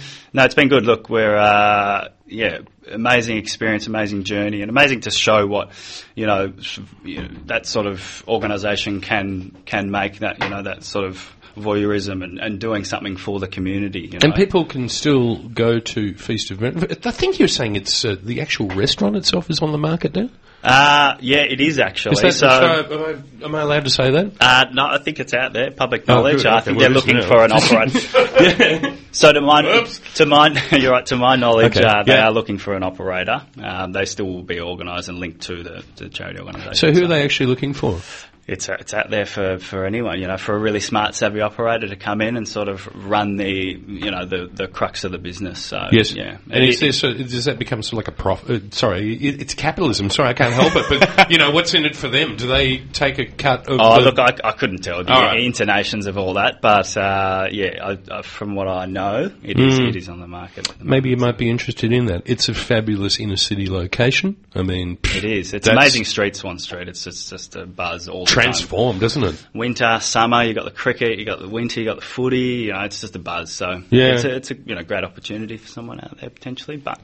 [SPEAKER 6] it's been good. Look, we're uh, yeah, amazing experience, amazing journey, and amazing to show what you know, s- you know, that sort of organisation can can make that you know that sort of voyeurism and, and doing something for the community. You know?
[SPEAKER 2] And people can still go to Feast of Merit. I think you're saying it's uh, the actual restaurant itself is on the market now.
[SPEAKER 6] uh, yeah, it is actually.
[SPEAKER 2] Is that,
[SPEAKER 6] so,
[SPEAKER 2] so am, I, am I allowed to say that?
[SPEAKER 6] Uh, no, I think it's out there, public
[SPEAKER 2] Oh,
[SPEAKER 6] knowledge.
[SPEAKER 2] good,
[SPEAKER 6] I
[SPEAKER 2] okay,
[SPEAKER 6] think
[SPEAKER 2] well, it
[SPEAKER 6] they're
[SPEAKER 2] is
[SPEAKER 6] looking
[SPEAKER 2] now.
[SPEAKER 6] for an
[SPEAKER 2] [laughs]
[SPEAKER 6] operator. [laughs] so to my to my [laughs] you're right to my knowledge,
[SPEAKER 2] Okay,
[SPEAKER 6] uh, they
[SPEAKER 2] yeah.
[SPEAKER 6] are looking for an Uh, operator. Um, they still will be organised and linked to the, the charity organisation.
[SPEAKER 2] So who are they actually looking for?
[SPEAKER 6] it's it's out there for, for anyone, you know, for a really smart, savvy operator to come in and sort of run the, you know, the, the crux of the business. So,
[SPEAKER 2] Yes.
[SPEAKER 6] yeah.
[SPEAKER 2] And is
[SPEAKER 6] It-
[SPEAKER 2] there, so, does that become sort of like a prof? Uh, sorry, it, it's capitalism. Sorry, I can't help it.
[SPEAKER 6] [laughs]
[SPEAKER 2] But you know, what's in it for them? Do they take a cut of?
[SPEAKER 6] Oh,
[SPEAKER 2] the,
[SPEAKER 6] look, I, I couldn't tell the
[SPEAKER 2] All right.
[SPEAKER 6] intonations of all that, but uh, yeah, I, I, from what I know, it is
[SPEAKER 2] Hmm.
[SPEAKER 6] it is on the market. at the
[SPEAKER 2] Maybe you
[SPEAKER 6] moment.
[SPEAKER 2] might be interested in that. It's a fabulous inner city location. I mean,
[SPEAKER 6] it is. It's
[SPEAKER 2] That's-
[SPEAKER 6] amazing street, Swan Street. It's just, just a buzz all the time.
[SPEAKER 2] transformed, isn't it?
[SPEAKER 6] Winter, summer, you got the cricket, you got the winter, you got the footy. You know, it's just a buzz. So
[SPEAKER 2] Yeah.
[SPEAKER 6] it's a, it's a you know great opportunity for someone out there potentially. But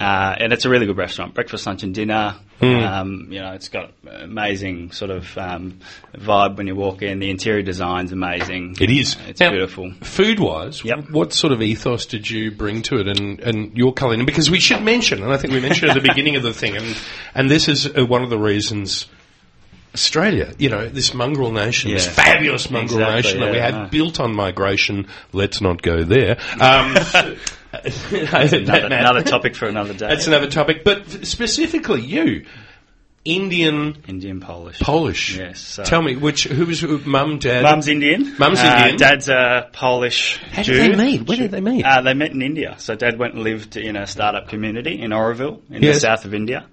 [SPEAKER 6] uh, and it's a really good restaurant, breakfast, lunch, and dinner.
[SPEAKER 2] Hmm.
[SPEAKER 6] Um, you know, it's got amazing sort of um, vibe when you walk in. The interior design's amazing.
[SPEAKER 2] It is.
[SPEAKER 6] Uh, It's
[SPEAKER 2] Now, [laughs]
[SPEAKER 6] beautiful.
[SPEAKER 2] Food-wise,
[SPEAKER 6] Yep.
[SPEAKER 2] what sort of ethos did you bring to it, and, and your culinary? Because we should mention, and I think we mentioned at the beginning of the thing, and and this is uh, one of the reasons Australia, you know, this mongrel nation, this
[SPEAKER 6] Yeah.
[SPEAKER 2] fabulous mongrel
[SPEAKER 6] Exactly,
[SPEAKER 2] nation that we
[SPEAKER 6] yeah,
[SPEAKER 2] have
[SPEAKER 6] I know.
[SPEAKER 2] built on migration. Let's not go there.
[SPEAKER 6] [laughs]
[SPEAKER 2] Um,
[SPEAKER 6] another, another topic for another day.
[SPEAKER 2] That's another topic, but specifically you, Indian
[SPEAKER 6] Indian Polish.
[SPEAKER 2] Polish.
[SPEAKER 6] Yes, so-
[SPEAKER 2] Tell me, which who was who- mum, dad?
[SPEAKER 6] Mum's Indian.
[SPEAKER 2] Mum's
[SPEAKER 6] Uh,
[SPEAKER 2] Indian.
[SPEAKER 6] Dad's a Polish.
[SPEAKER 2] How did they meet? Where did they meet?
[SPEAKER 6] Uh, they met in India. So Dad went and lived in a startup community in Oroville, in
[SPEAKER 2] Yes.
[SPEAKER 6] the south of India.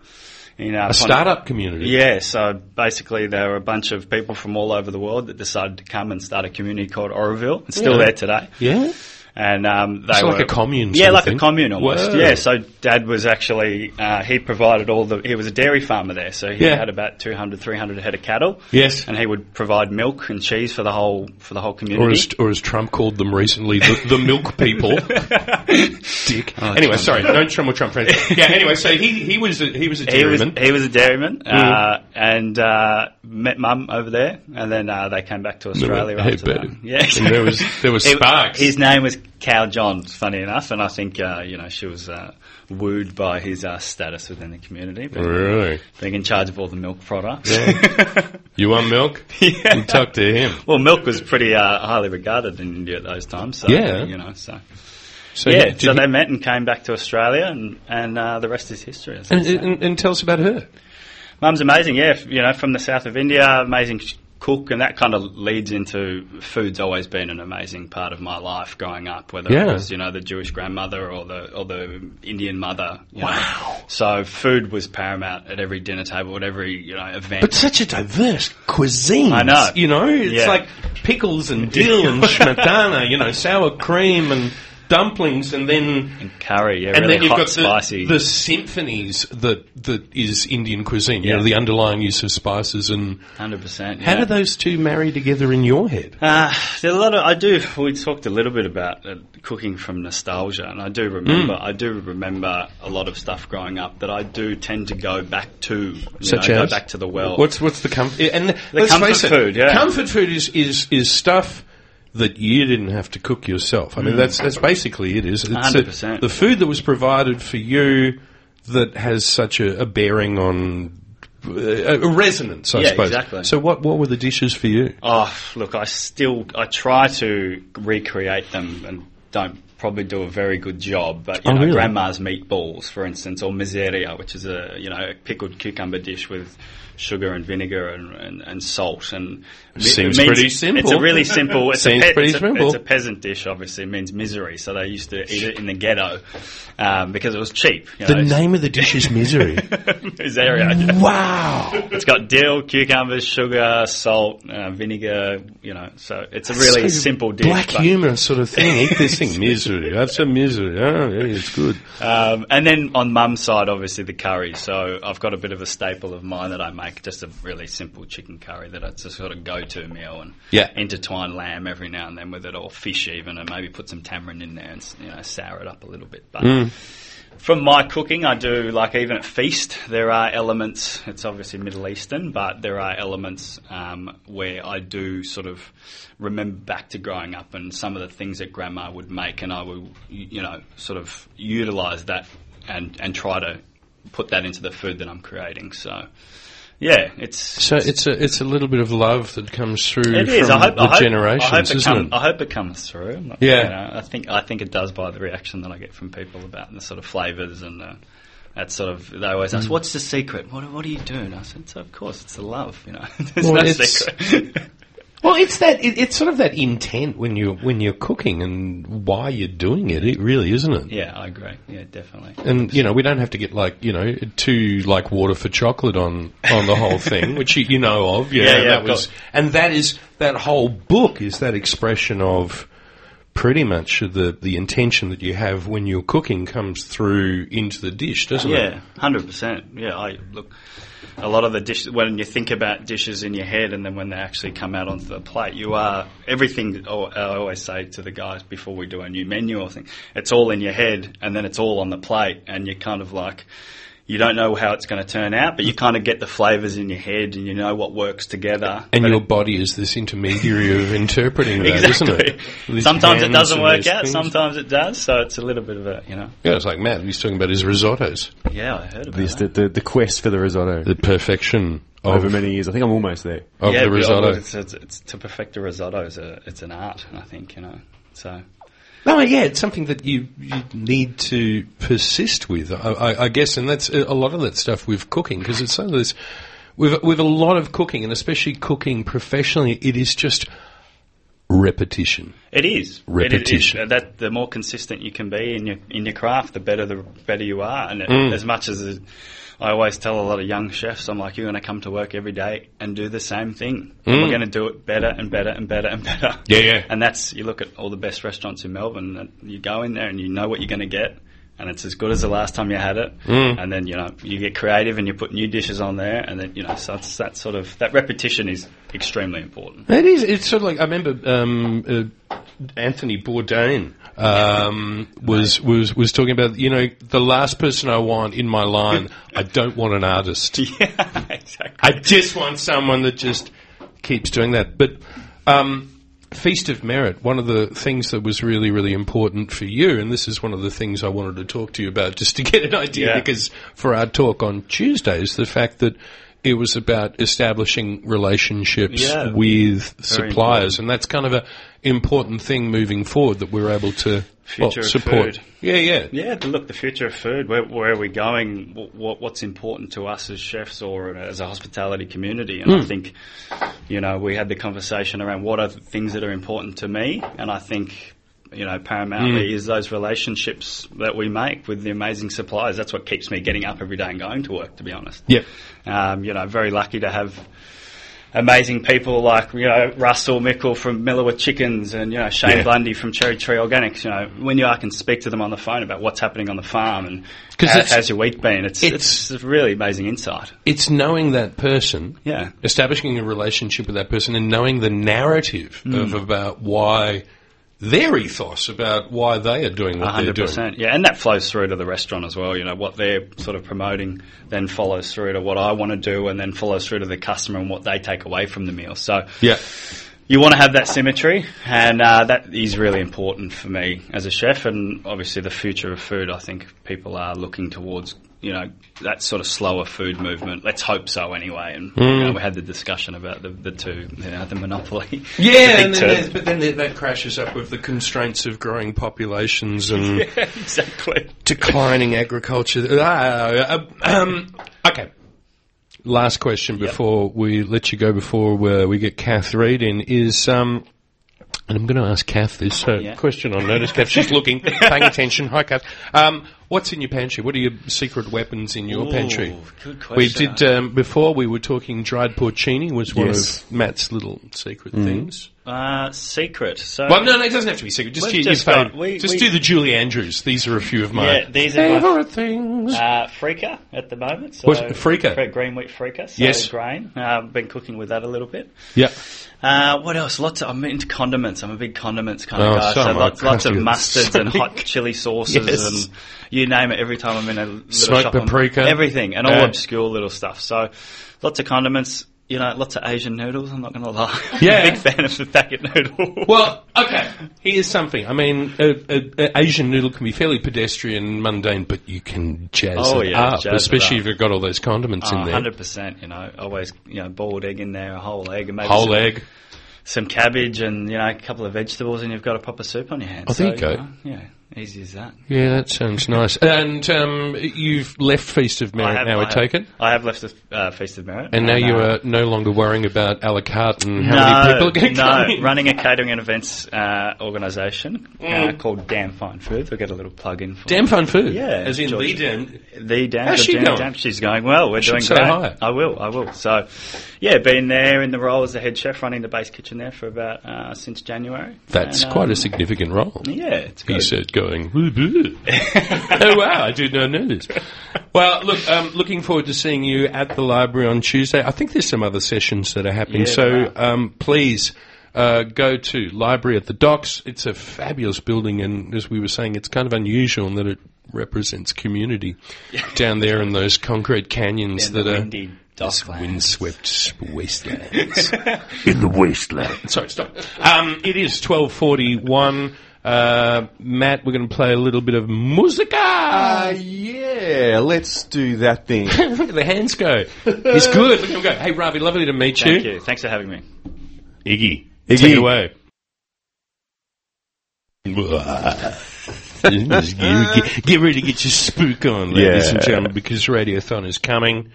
[SPEAKER 6] In, uh,
[SPEAKER 2] a startup community.
[SPEAKER 6] Yeah, so basically there were a bunch of people from all over the world that decided to come and start a community called Oroville. It's still
[SPEAKER 2] Yeah.
[SPEAKER 6] there today.
[SPEAKER 2] Yeah.
[SPEAKER 6] And um, they
[SPEAKER 2] It's
[SPEAKER 6] were
[SPEAKER 2] like a commune
[SPEAKER 6] Yeah,
[SPEAKER 2] sort of
[SPEAKER 6] like
[SPEAKER 2] thing.
[SPEAKER 6] a commune almost.
[SPEAKER 2] Whoa.
[SPEAKER 6] Yeah. So Dad was actually uh, he provided all the he was a dairy farmer there, so he
[SPEAKER 2] Yeah.
[SPEAKER 6] had about 200, 300 head of cattle.
[SPEAKER 2] Yes.
[SPEAKER 6] and he would provide milk and cheese for the whole for the whole
[SPEAKER 2] Or
[SPEAKER 6] community.
[SPEAKER 2] as, or as Trump called them recently, the, the milk [laughs] people. Dick. anyway, sorry, don't trumble Trump friends. Yeah. Oh, [laughs] Anyway, so he, he was a, he was a
[SPEAKER 6] he was
[SPEAKER 2] dairyman.
[SPEAKER 6] he was a dairyman
[SPEAKER 2] Mm.
[SPEAKER 6] uh, and uh, met mum over there, and then uh, they came back to Australia
[SPEAKER 2] hey,
[SPEAKER 6] after that.
[SPEAKER 2] babe.
[SPEAKER 6] Yeah,
[SPEAKER 2] And there was there
[SPEAKER 6] [laughs]
[SPEAKER 2] was
[SPEAKER 6] It-
[SPEAKER 2] sparks.
[SPEAKER 6] His name was Cow John, funny enough, and I think uh, you know she was uh, wooed by his uh, status within the community, but
[SPEAKER 2] really.
[SPEAKER 6] being in charge of all the milk products.
[SPEAKER 2] You want [laughs] milk?
[SPEAKER 6] Yeah.
[SPEAKER 2] You talk to him.
[SPEAKER 6] [laughs] Well, milk was pretty uh, highly regarded in India at those times. So,
[SPEAKER 2] Yeah.
[SPEAKER 6] you know, so
[SPEAKER 2] So
[SPEAKER 6] yeah,
[SPEAKER 2] did
[SPEAKER 6] so
[SPEAKER 2] he-
[SPEAKER 6] they met and came back to Australia, and and uh, the rest is history. as they
[SPEAKER 2] and,
[SPEAKER 6] say.
[SPEAKER 2] and, and tell us about her.
[SPEAKER 6] Mum's amazing, yeah. f- You know, from the south of India, amazing sh- cook, and that kind of leads into food's always been an amazing part of my life growing up. Whether
[SPEAKER 2] Yeah.
[SPEAKER 6] it was you know the Jewish grandmother or the or the Indian mother. Wow! So food was paramount at every dinner table, at every you know event.
[SPEAKER 2] But such a diverse cuisine.
[SPEAKER 6] I know.
[SPEAKER 2] You know, it's
[SPEAKER 6] Yeah.
[SPEAKER 2] like pickles and dill [laughs] and schmetana, you know, sour cream and dumplings and then
[SPEAKER 6] curry, yeah,
[SPEAKER 2] and
[SPEAKER 6] really
[SPEAKER 2] then you've
[SPEAKER 6] hot,
[SPEAKER 2] got the,
[SPEAKER 6] spicy.
[SPEAKER 2] the symphonies that that is Indian cuisine, you know,
[SPEAKER 6] Yeah.
[SPEAKER 2] the underlying use of spices and
[SPEAKER 6] Hundred percent.
[SPEAKER 2] how do those two marry together in your head?
[SPEAKER 6] Uh, there are a lot of I do. We talked a little bit about uh, cooking from nostalgia, and I do remember.
[SPEAKER 2] Mm.
[SPEAKER 6] I do remember a lot of stuff growing up that I do tend to go back to. You
[SPEAKER 2] Such
[SPEAKER 6] know,
[SPEAKER 2] as?
[SPEAKER 6] go back to the well.
[SPEAKER 2] What's what's the comfort and let's
[SPEAKER 6] comfort
[SPEAKER 2] face it,
[SPEAKER 6] food, yeah.
[SPEAKER 2] comfort food is, is is stuff that you didn't have to cook yourself. I
[SPEAKER 6] Mm.
[SPEAKER 2] mean, that's that's basically it is. It's a-
[SPEAKER 6] 100%.
[SPEAKER 2] the food that was provided for you that has such a, a bearing on uh, a resonance, I
[SPEAKER 6] Yeah,
[SPEAKER 2] suppose.
[SPEAKER 6] exactly.
[SPEAKER 2] So, what what were the dishes for you?
[SPEAKER 6] Oh, look, I still I try to recreate them and don't probably do a very good job. But you
[SPEAKER 2] Oh,
[SPEAKER 6] know,
[SPEAKER 2] really?
[SPEAKER 6] grandma's meatballs, for instance, or miseria, which is a you know a pickled cucumber dish with sugar and vinegar and, and, and salt. And it
[SPEAKER 2] Seems
[SPEAKER 6] means-
[SPEAKER 2] pretty simple.
[SPEAKER 6] It's a really simple. It's
[SPEAKER 2] Seems
[SPEAKER 6] a
[SPEAKER 2] pretty
[SPEAKER 6] it's a-
[SPEAKER 2] simple.
[SPEAKER 6] it's a peasant dish, obviously, it means misery. So they used to eat it in the ghetto um, because it was cheap. You know,
[SPEAKER 2] The name of the dish is
[SPEAKER 6] [laughs]
[SPEAKER 2] misery.
[SPEAKER 6] miseria. [laughs] yeah.
[SPEAKER 2] wow.
[SPEAKER 6] It's got dill, cucumbers, sugar, salt, uh, vinegar. You know, so it's a really
[SPEAKER 2] So
[SPEAKER 6] simple dish.
[SPEAKER 2] Black
[SPEAKER 6] but-
[SPEAKER 2] humour sort of thing. Eat this thing. Misery. Have some misery. Oh, yeah, it's good.
[SPEAKER 6] Um, and then on mum's side, obviously the curry. So I've got a bit of a staple of mine that I make, just a really simple chicken curry that it's a sort of go-to meal, and
[SPEAKER 2] Yeah.
[SPEAKER 6] intertwine lamb every now and then with it, or fish even, and maybe put some tamarind in there and s- you know sour it up a little bit. But
[SPEAKER 2] Mm.
[SPEAKER 6] from my cooking, I do like even at feast, there are elements. It's obviously Middle Eastern, but there are elements um, where I do sort of remember back to growing up and some of the things that Grandma would make, and I will, y- you know, sort of utilise that and and try to put that into the food that I'm creating. So, yeah, it's
[SPEAKER 2] So it's a it's a little bit of love that comes through
[SPEAKER 6] it
[SPEAKER 2] from
[SPEAKER 6] is. I hope,
[SPEAKER 2] the
[SPEAKER 6] I hope,
[SPEAKER 2] generations,
[SPEAKER 6] I hope, it,
[SPEAKER 2] isn't
[SPEAKER 6] come,
[SPEAKER 2] it?
[SPEAKER 6] I hope it comes through. I'm not-
[SPEAKER 2] Yeah.
[SPEAKER 6] you know, I think I think it does by the reaction that I get from people about the sort of flavours and the That's sort of they always
[SPEAKER 2] Mm.
[SPEAKER 6] ask, "What's the secret? What what do you do?" And I said, "So of course, it's the love. You know, [laughs] there's
[SPEAKER 2] Well,
[SPEAKER 6] no
[SPEAKER 2] it's-
[SPEAKER 6] secret." [laughs]
[SPEAKER 2] Well, it's that it, it's sort of that intent when you when you're cooking and why you're doing it. It really isn't it.
[SPEAKER 6] yeah, I agree. Yeah, definitely.
[SPEAKER 2] And you know we don't have to get like you know too like water for chocolate on on the whole
[SPEAKER 6] [laughs]
[SPEAKER 2] thing, which you, you know of. You
[SPEAKER 6] Yeah,
[SPEAKER 2] know,
[SPEAKER 6] yeah,
[SPEAKER 2] that
[SPEAKER 6] I've
[SPEAKER 2] was
[SPEAKER 6] got-
[SPEAKER 2] and that is that whole book is that expression of pretty much the the intention that you have when you're cooking comes through into the dish, doesn't it?
[SPEAKER 6] Yeah, hundred percent. Yeah, I look. A lot of the dishes when you think about dishes in your head, and then when they actually come out onto the plate, you are everything. oh, I always say to the guys before we do a new menu or thing, it's all in your head, and then it's all on the plate, and you're kind of like. You don't know how it's going to turn out, but you kind of get the flavors in your head, and you know what works together.
[SPEAKER 2] And your body is this intermediary
[SPEAKER 6] [laughs]
[SPEAKER 2] of interpreting that, isn't it? These
[SPEAKER 6] Sometimes it
[SPEAKER 2] hands
[SPEAKER 6] doesn't
[SPEAKER 2] and
[SPEAKER 6] work
[SPEAKER 2] these
[SPEAKER 6] out.
[SPEAKER 2] things.
[SPEAKER 6] Sometimes it does. So it's a little bit of a, you know.
[SPEAKER 2] Yeah, it's like Matt. He's talking about his risottos.
[SPEAKER 6] Yeah, I heard about
[SPEAKER 3] This,
[SPEAKER 6] that.
[SPEAKER 3] the, the, the quest for the risotto
[SPEAKER 2] the perfection of,
[SPEAKER 3] over many years. I think I'm almost there.
[SPEAKER 2] of
[SPEAKER 6] yeah,
[SPEAKER 2] the
[SPEAKER 6] but
[SPEAKER 2] risotto.
[SPEAKER 6] It's, it's, it's to perfect a risotto is a, it's an art, I think. You know, so
[SPEAKER 2] No, yeah, it's something that you, you need to persist with, I, I, I guess, and that's uh, a lot of that stuff with cooking because it's some of this with with a lot of cooking and especially cooking professionally, it is just repetition.
[SPEAKER 6] it is It- it- it-
[SPEAKER 2] Repetition.
[SPEAKER 6] that the more consistent you can be in your in your craft, the better the better you are. And it-
[SPEAKER 2] Mm.
[SPEAKER 6] as much as it- I always tell a lot of young chefs, I'm like, you're going to come to work every day and do the same thing. And We're going to do it better and better and better and better.
[SPEAKER 2] Mm. Yeah, yeah.
[SPEAKER 6] And that's you look at all the best restaurants in Melbourne. That you go in there and you know what you're going to get. And it's as good as the last time you had it,
[SPEAKER 2] Mm.
[SPEAKER 6] and then you know you get creative and you put new dishes on there, and then you know so it's that sort of that repetition is extremely important. [laughs]
[SPEAKER 2] It is. It's sort of like I remember um, uh, Anthony Bourdain um, was was was talking about you know the last person I want in my [laughs] line. I don't want an artist.
[SPEAKER 6] yeah, exactly.
[SPEAKER 2] I just want someone that just keeps doing that. But um, Feast of Merit, one of the things that was really, really important for you, and this is one of the things I wanted to talk to you about just to [laughs] get an idea,
[SPEAKER 6] Yeah.
[SPEAKER 2] because for our talk on Tuesdays, the fact that it was about establishing relationships
[SPEAKER 6] Yeah.
[SPEAKER 2] with suppliers, and that's kind of a important thing moving forward that we're able to well,
[SPEAKER 6] Future of
[SPEAKER 2] support.
[SPEAKER 6] food.
[SPEAKER 2] Yeah, yeah,
[SPEAKER 6] Yeah, but look, the future of food, where, where are we going? What, what's important to us as chefs or as a hospitality community? And I think, you know, we had the conversation around what are the things that are important to me. And I think, you know, paramountly is those relationships that we make with the amazing suppliers. That's what keeps me getting up every day and going to work, to be honest.
[SPEAKER 2] yeah.
[SPEAKER 6] Um, you know, very lucky to have amazing people like, you know, Russell Mickle from Millowit Chickens and, you know, Shane
[SPEAKER 2] Yeah.
[SPEAKER 6] Blundy from Cherry Tree Organics. You know, when you I can speak to them on the phone about what's happening on the farm and
[SPEAKER 2] 'Cause
[SPEAKER 6] how,
[SPEAKER 2] it's-
[SPEAKER 6] how's your week been, it's,
[SPEAKER 2] it's-
[SPEAKER 6] it's, a really amazing insight.
[SPEAKER 2] It's knowing that person
[SPEAKER 6] Yeah.
[SPEAKER 2] establishing a relationship with that person and knowing the narrative
[SPEAKER 6] Hmm.
[SPEAKER 2] of about why their ethos about why they are doing what they're
[SPEAKER 6] hundred
[SPEAKER 2] doing.
[SPEAKER 6] percent. Yeah, and that flows through to the restaurant as well. You know what they're sort of promoting then follows through to what I want to do, and then follows through to the customer and what they take away from the meal. So
[SPEAKER 2] Yeah.
[SPEAKER 6] you want to have that symmetry, and uh, that is really important for me as a chef. And obviously, the future of food, I think people are looking towards. You know that sort of slower food movement. Let's hope so, anyway. And you
[SPEAKER 2] Mm.
[SPEAKER 6] know, we had the discussion about the, the two, you know, the
[SPEAKER 2] [laughs]
[SPEAKER 6] monopoly. [laughs]
[SPEAKER 2] Yeah,
[SPEAKER 6] The
[SPEAKER 2] and
[SPEAKER 6] big
[SPEAKER 2] then
[SPEAKER 6] two.
[SPEAKER 2] there's- but then there- that crashes up with the constraints of growing populations and
[SPEAKER 6] exactly.
[SPEAKER 2] declining agriculture. Ah, um, okay. Last question before we let you go, before we, we get Kath Reed in, is, um, and I'm going to ask Kath this uh,
[SPEAKER 6] Yeah.
[SPEAKER 2] question on notice, Kath. She's
[SPEAKER 6] [laughs]
[SPEAKER 2] looking, paying attention. Hi, Kath. Um, what's in your pantry? What are your secret weapons in your
[SPEAKER 6] Ooh,
[SPEAKER 2] pantry?
[SPEAKER 6] good
[SPEAKER 2] We
[SPEAKER 6] question.
[SPEAKER 2] did, um, before we were talking dried porcini was one
[SPEAKER 3] Yes.
[SPEAKER 2] of Matt's little secret
[SPEAKER 6] Mm-hmm.
[SPEAKER 2] things.
[SPEAKER 6] Uh, secret. So
[SPEAKER 2] Well, no, no, it doesn't have to be secret. Just,
[SPEAKER 6] We've
[SPEAKER 2] your,
[SPEAKER 6] just
[SPEAKER 2] your
[SPEAKER 6] got-
[SPEAKER 2] fave-
[SPEAKER 6] we-
[SPEAKER 2] just
[SPEAKER 6] we-
[SPEAKER 2] do the Julie Andrews. These are a few of my
[SPEAKER 6] yeah, these are my
[SPEAKER 2] favorite things.
[SPEAKER 6] Uh, freaker at the moment. So
[SPEAKER 2] What's- freaker?
[SPEAKER 6] Fre- Green wheat freaker. So
[SPEAKER 2] Yes.
[SPEAKER 6] Grain. Uh, I've been cooking with that a little bit.
[SPEAKER 2] Yeah.
[SPEAKER 6] Uh, what else? Lots of, I'm into condiments. I'm a big condiments kind
[SPEAKER 2] Oh,
[SPEAKER 6] of guy.
[SPEAKER 2] so
[SPEAKER 6] So,
[SPEAKER 2] am I.
[SPEAKER 6] lots, lots of
[SPEAKER 2] Condiments.
[SPEAKER 6] mustards and
[SPEAKER 2] [laughs]
[SPEAKER 6] hot chili sauces
[SPEAKER 2] Yes.
[SPEAKER 6] and you name it. Every time I'm in a little
[SPEAKER 2] Smoked
[SPEAKER 6] shop, I'm-
[SPEAKER 2] paprika.
[SPEAKER 6] everything, and
[SPEAKER 2] Yeah.
[SPEAKER 6] all obscure little stuff. So lots of condiments. You know, lots of Asian noodles. I'm not going to lie. [laughs]
[SPEAKER 2] Yeah.
[SPEAKER 6] big fan of the packet noodle.
[SPEAKER 2] Well, okay. Here's something. I mean, a, a, a Asian noodle can be fairly pedestrian and mundane, but you can jazz
[SPEAKER 6] Oh,
[SPEAKER 2] it
[SPEAKER 6] yeah,
[SPEAKER 2] up,
[SPEAKER 6] jazz it
[SPEAKER 2] especially
[SPEAKER 6] up.
[SPEAKER 2] if you've got all those condiments in there.
[SPEAKER 6] Ah, Hundred percent, you know. Always, you know, boiled egg in there, a whole egg, and maybe
[SPEAKER 2] Whole
[SPEAKER 6] some-
[SPEAKER 2] egg.
[SPEAKER 6] some cabbage and you know a couple of vegetables and you've got a proper soup on your hands.
[SPEAKER 2] Oh, there you
[SPEAKER 6] So,
[SPEAKER 2] go.
[SPEAKER 6] know, yeah, Easy as that.
[SPEAKER 2] Yeah, that sounds nice. And um, you've left Feast of Merit now, I,
[SPEAKER 6] have,
[SPEAKER 2] take it?
[SPEAKER 6] I have left the uh, Feast of Merit.
[SPEAKER 2] And now
[SPEAKER 6] And,
[SPEAKER 2] you
[SPEAKER 6] uh,
[SPEAKER 2] are no longer worrying about a la carte and how many people
[SPEAKER 6] No,
[SPEAKER 2] are going to come
[SPEAKER 6] no.
[SPEAKER 2] in.
[SPEAKER 6] [laughs] Running a catering and events uh, organisation uh, called Damn Fine Foods. We'll get a little plug in for
[SPEAKER 2] [laughs] Mm. Damn fun food.
[SPEAKER 6] Yeah,
[SPEAKER 2] As in
[SPEAKER 6] George.
[SPEAKER 2] the damn.
[SPEAKER 6] The damn,
[SPEAKER 2] How's
[SPEAKER 6] the
[SPEAKER 2] she
[SPEAKER 6] damn,
[SPEAKER 2] going?
[SPEAKER 6] damn. She's going well. We're doing
[SPEAKER 2] say
[SPEAKER 6] great.
[SPEAKER 2] hi.
[SPEAKER 6] I will. I will. So, yeah, been there in the role as the head chef, running the base kitchen there for about uh, since January.
[SPEAKER 2] That's
[SPEAKER 6] And,
[SPEAKER 2] quite
[SPEAKER 6] um,
[SPEAKER 2] a significant role.
[SPEAKER 6] Yeah, it's
[SPEAKER 2] He
[SPEAKER 6] good.
[SPEAKER 2] said,
[SPEAKER 6] [laughs]
[SPEAKER 2] going, "Woo, boo." oh, wow, I did not know this. Well, look, um, looking forward to seeing you at the library on Tuesday. I think there's some other sessions that are happening,
[SPEAKER 6] Yeah,
[SPEAKER 2] so
[SPEAKER 6] wow.
[SPEAKER 2] um, please uh, go to Library at the Docks. It's a fabulous building, and as we were saying, it's kind of unusual in that it represents community down there in those concrete canyons
[SPEAKER 6] And
[SPEAKER 2] that
[SPEAKER 6] the
[SPEAKER 2] are
[SPEAKER 6] windy docklands.
[SPEAKER 2] windswept [laughs] wastelands. in the wasteland. Sorry, stop. Um, it is 12.41. Uh, Matt, we're going to play a little bit of musica.
[SPEAKER 3] Uh, yeah, let's do that thing.
[SPEAKER 2] [laughs] Look at the hands go. He's good. Look at him go. Hey, Ravi, lovely to meet
[SPEAKER 6] Thank you. Thanks for having me.
[SPEAKER 2] Iggy. Iggy. Take it [laughs] away. get, get ready to get your spook on, ladies
[SPEAKER 3] Yeah.
[SPEAKER 2] and gentlemen, because Radiothon is coming.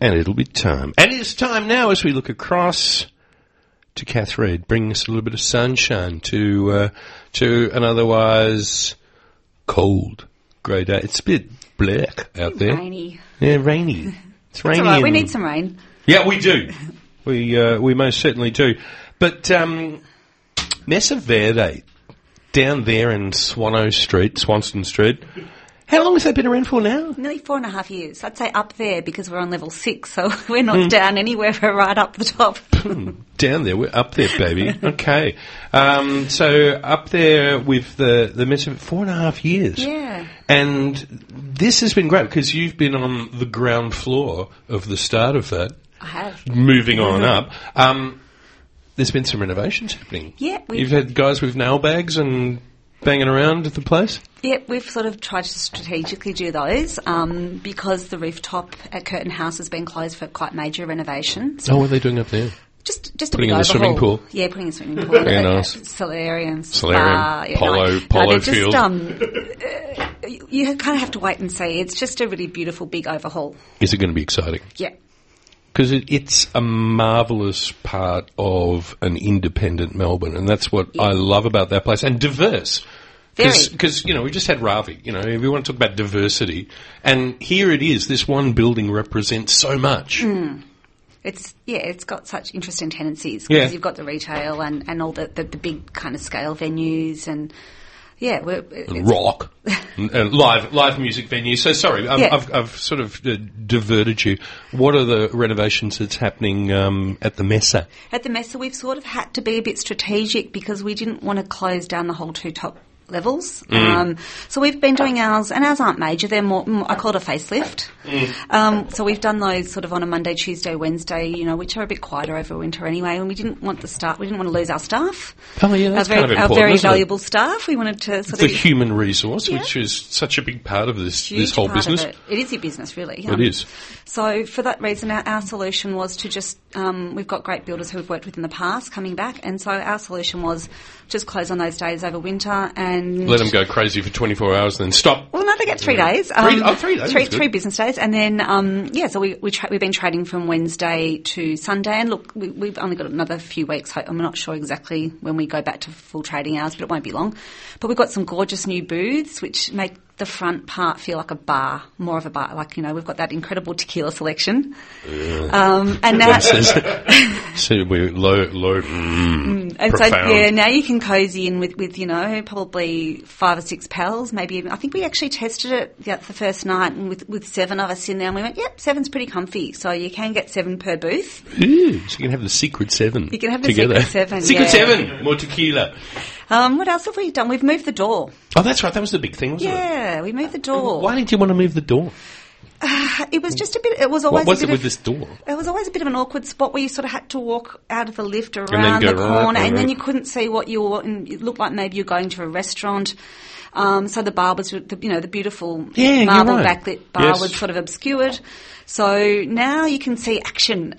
[SPEAKER 2] And it'll be time. And it's time now as we look across to Kath Reed, bringing us a little bit of sunshine to uh, to an otherwise cold grey day. It's a bit black out there.
[SPEAKER 7] Rainy.
[SPEAKER 2] Yeah, rainy. It's rainy.
[SPEAKER 7] All right, we
[SPEAKER 2] and-
[SPEAKER 7] need some rain.
[SPEAKER 2] yeah, we do. [laughs] We uh, we most certainly do. But um, Mesa Verde, down there in Swano Street, Swanston Street, how long has that been around for now?
[SPEAKER 7] Nearly four and a half years. I'd say up there because we're on level six, so [laughs] we're
[SPEAKER 2] Hmm.
[SPEAKER 7] not down anywhere. We're right up the top.
[SPEAKER 2] Down there, we're up there, [laughs] baby. okay, um, so up there with the the Mesa, four and a half years.
[SPEAKER 7] yeah.
[SPEAKER 2] And this has been great because you've been on the ground floor of the start of that.
[SPEAKER 7] I have.
[SPEAKER 2] Moving on up, um, there's been some renovations happening.
[SPEAKER 7] Yeah, we've-
[SPEAKER 2] you've had guys with nail bags and banging around the place.
[SPEAKER 7] Yeah, we've sort of tried to strategically do those um, because the rooftop at Curtain House has been closed for quite major renovations.
[SPEAKER 2] Oh, what are they doing up there?
[SPEAKER 7] Just, just a
[SPEAKER 2] Putting
[SPEAKER 7] big
[SPEAKER 2] in a swimming
[SPEAKER 7] overhaul.
[SPEAKER 2] pool.
[SPEAKER 7] Yeah, putting
[SPEAKER 2] [laughs]
[SPEAKER 7] a swimming pool.
[SPEAKER 2] Very
[SPEAKER 7] Uh,
[SPEAKER 2] nice.
[SPEAKER 7] Solarium, spa,
[SPEAKER 2] Solarium,
[SPEAKER 7] yeah,
[SPEAKER 2] polo-
[SPEAKER 7] no,
[SPEAKER 2] polo
[SPEAKER 7] they're just,
[SPEAKER 2] field.
[SPEAKER 7] um, uh, you- you kind of have to wait and see. It's just a really beautiful big overhaul.
[SPEAKER 2] Is it going to be exciting?
[SPEAKER 7] Yeah.
[SPEAKER 2] Because it, it's a marvellous part of an independent Melbourne, and that's what I love about that place. And diverse.
[SPEAKER 7] Very.
[SPEAKER 2] Because, you know, we just had Ravi, you know, we want to talk about diversity. And here it is, this one building represents so much.
[SPEAKER 7] It's yeah, it's got such interesting tendencies because
[SPEAKER 2] Yeah.
[SPEAKER 7] you've got the retail and, and all the, the, the big kind of scale venues and yeah, we're, it's,
[SPEAKER 2] rock, n- uh, live live music venue. So sorry, I've,
[SPEAKER 7] Yeah.
[SPEAKER 2] I've, I've sort of uh, diverted you. What are the renovations that's happening um, at the Mesa?
[SPEAKER 7] at the Mesa we've sort of had to be a bit strategic because we didn't want to close down the whole two top levels.
[SPEAKER 2] Mm.
[SPEAKER 7] Um, so we've been doing ours, and ours aren't major. They're more mm, I call it a facelift.
[SPEAKER 2] Mm.
[SPEAKER 7] Um, so we've done those sort of on a Monday, Tuesday, Wednesday, you know, which are a bit quieter over winter anyway. And we didn't want the staff, we didn't want to lose our staff.
[SPEAKER 2] Oh, yeah, that's
[SPEAKER 7] our very,
[SPEAKER 2] kind of
[SPEAKER 7] our
[SPEAKER 2] important,
[SPEAKER 7] very
[SPEAKER 2] isn't it?
[SPEAKER 7] valuable staff. We wanted to sort
[SPEAKER 2] The
[SPEAKER 7] of
[SPEAKER 2] human resource,
[SPEAKER 7] Yeah.
[SPEAKER 2] which is such a big part of this
[SPEAKER 7] huge
[SPEAKER 2] this whole
[SPEAKER 7] part of
[SPEAKER 2] business.
[SPEAKER 7] it. It is your business, really.
[SPEAKER 2] It is.
[SPEAKER 7] So for that reason, our, our solution was to just um, we've got great builders who we've worked with in the past coming back, and so our solution was just close on those days over winter and
[SPEAKER 2] Let them go crazy for 24 hours, then stop.
[SPEAKER 7] Well, no, they get three days. Um,
[SPEAKER 2] Three- oh, three days,
[SPEAKER 7] Three,
[SPEAKER 2] that's good.
[SPEAKER 7] three business days, and then um, yeah. So we, we tra- we've been trading from Wednesday to Sunday, and look, we, we've only got another few weeks. I- I'm not sure exactly when we go back to full trading hours, but it won't be long. But we've got some gorgeous new booths, which make the front part feel like a bar, more of a bar. Like you know, we've got that incredible tequila selection, um,
[SPEAKER 2] [laughs]
[SPEAKER 7] and now. [laughs]
[SPEAKER 2] So we're low, low,
[SPEAKER 7] And
[SPEAKER 2] mm, Profound.
[SPEAKER 7] so, Mm, yeah, now you can cozy in with, with, you know, probably five or six pals, maybe even. I think we actually tested it the, the first night and with, with seven of us in there and we went, yep, seven's pretty comfy. So you can get seven per booth.
[SPEAKER 2] Ooh, so you can have the secret seven.
[SPEAKER 7] You can have the
[SPEAKER 2] together.
[SPEAKER 7] secret seven,
[SPEAKER 2] Secret
[SPEAKER 7] yeah.
[SPEAKER 2] seven, more tequila.
[SPEAKER 7] Um, what else have we done? We've moved the door.
[SPEAKER 2] Oh, that's right. That was the big thing, wasn't it?
[SPEAKER 7] Yeah, we moved the door.
[SPEAKER 2] Why did you want to move the door?
[SPEAKER 7] It was just a bit. It was always
[SPEAKER 2] What was
[SPEAKER 7] a
[SPEAKER 2] it
[SPEAKER 7] bit
[SPEAKER 2] with
[SPEAKER 7] of,
[SPEAKER 2] this door?
[SPEAKER 7] It was always a bit of an awkward spot where you sort of had to walk out of the lift around
[SPEAKER 2] go
[SPEAKER 7] the
[SPEAKER 2] right,
[SPEAKER 7] corner, and then
[SPEAKER 2] right.
[SPEAKER 7] you couldn't see what you were. And it looked like maybe you're going to a restaurant. Um, so the bar was, the, you know, the beautiful
[SPEAKER 2] Yeah, you're
[SPEAKER 7] marble
[SPEAKER 2] right.
[SPEAKER 7] backlit bar
[SPEAKER 2] Yes.
[SPEAKER 7] was sort of obscured. So now you can see action.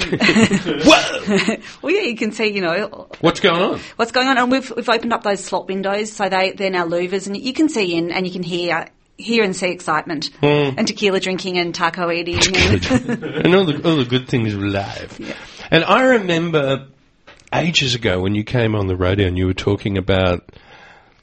[SPEAKER 2] [laughs]
[SPEAKER 7] [laughs]
[SPEAKER 2] Whoa!
[SPEAKER 7] well, yeah, you can see, you know,
[SPEAKER 2] What's going on?
[SPEAKER 7] what's going on. And we've we've opened up those slot windows, so they they're now louvers, and you can see in and you can hear hear and see excitement
[SPEAKER 2] Hmm.
[SPEAKER 7] and tequila drinking and taco eating.
[SPEAKER 2] [laughs]
[SPEAKER 7] and
[SPEAKER 2] and all the all the good things were live. And I remember ages ago when you came on the radio and you were talking about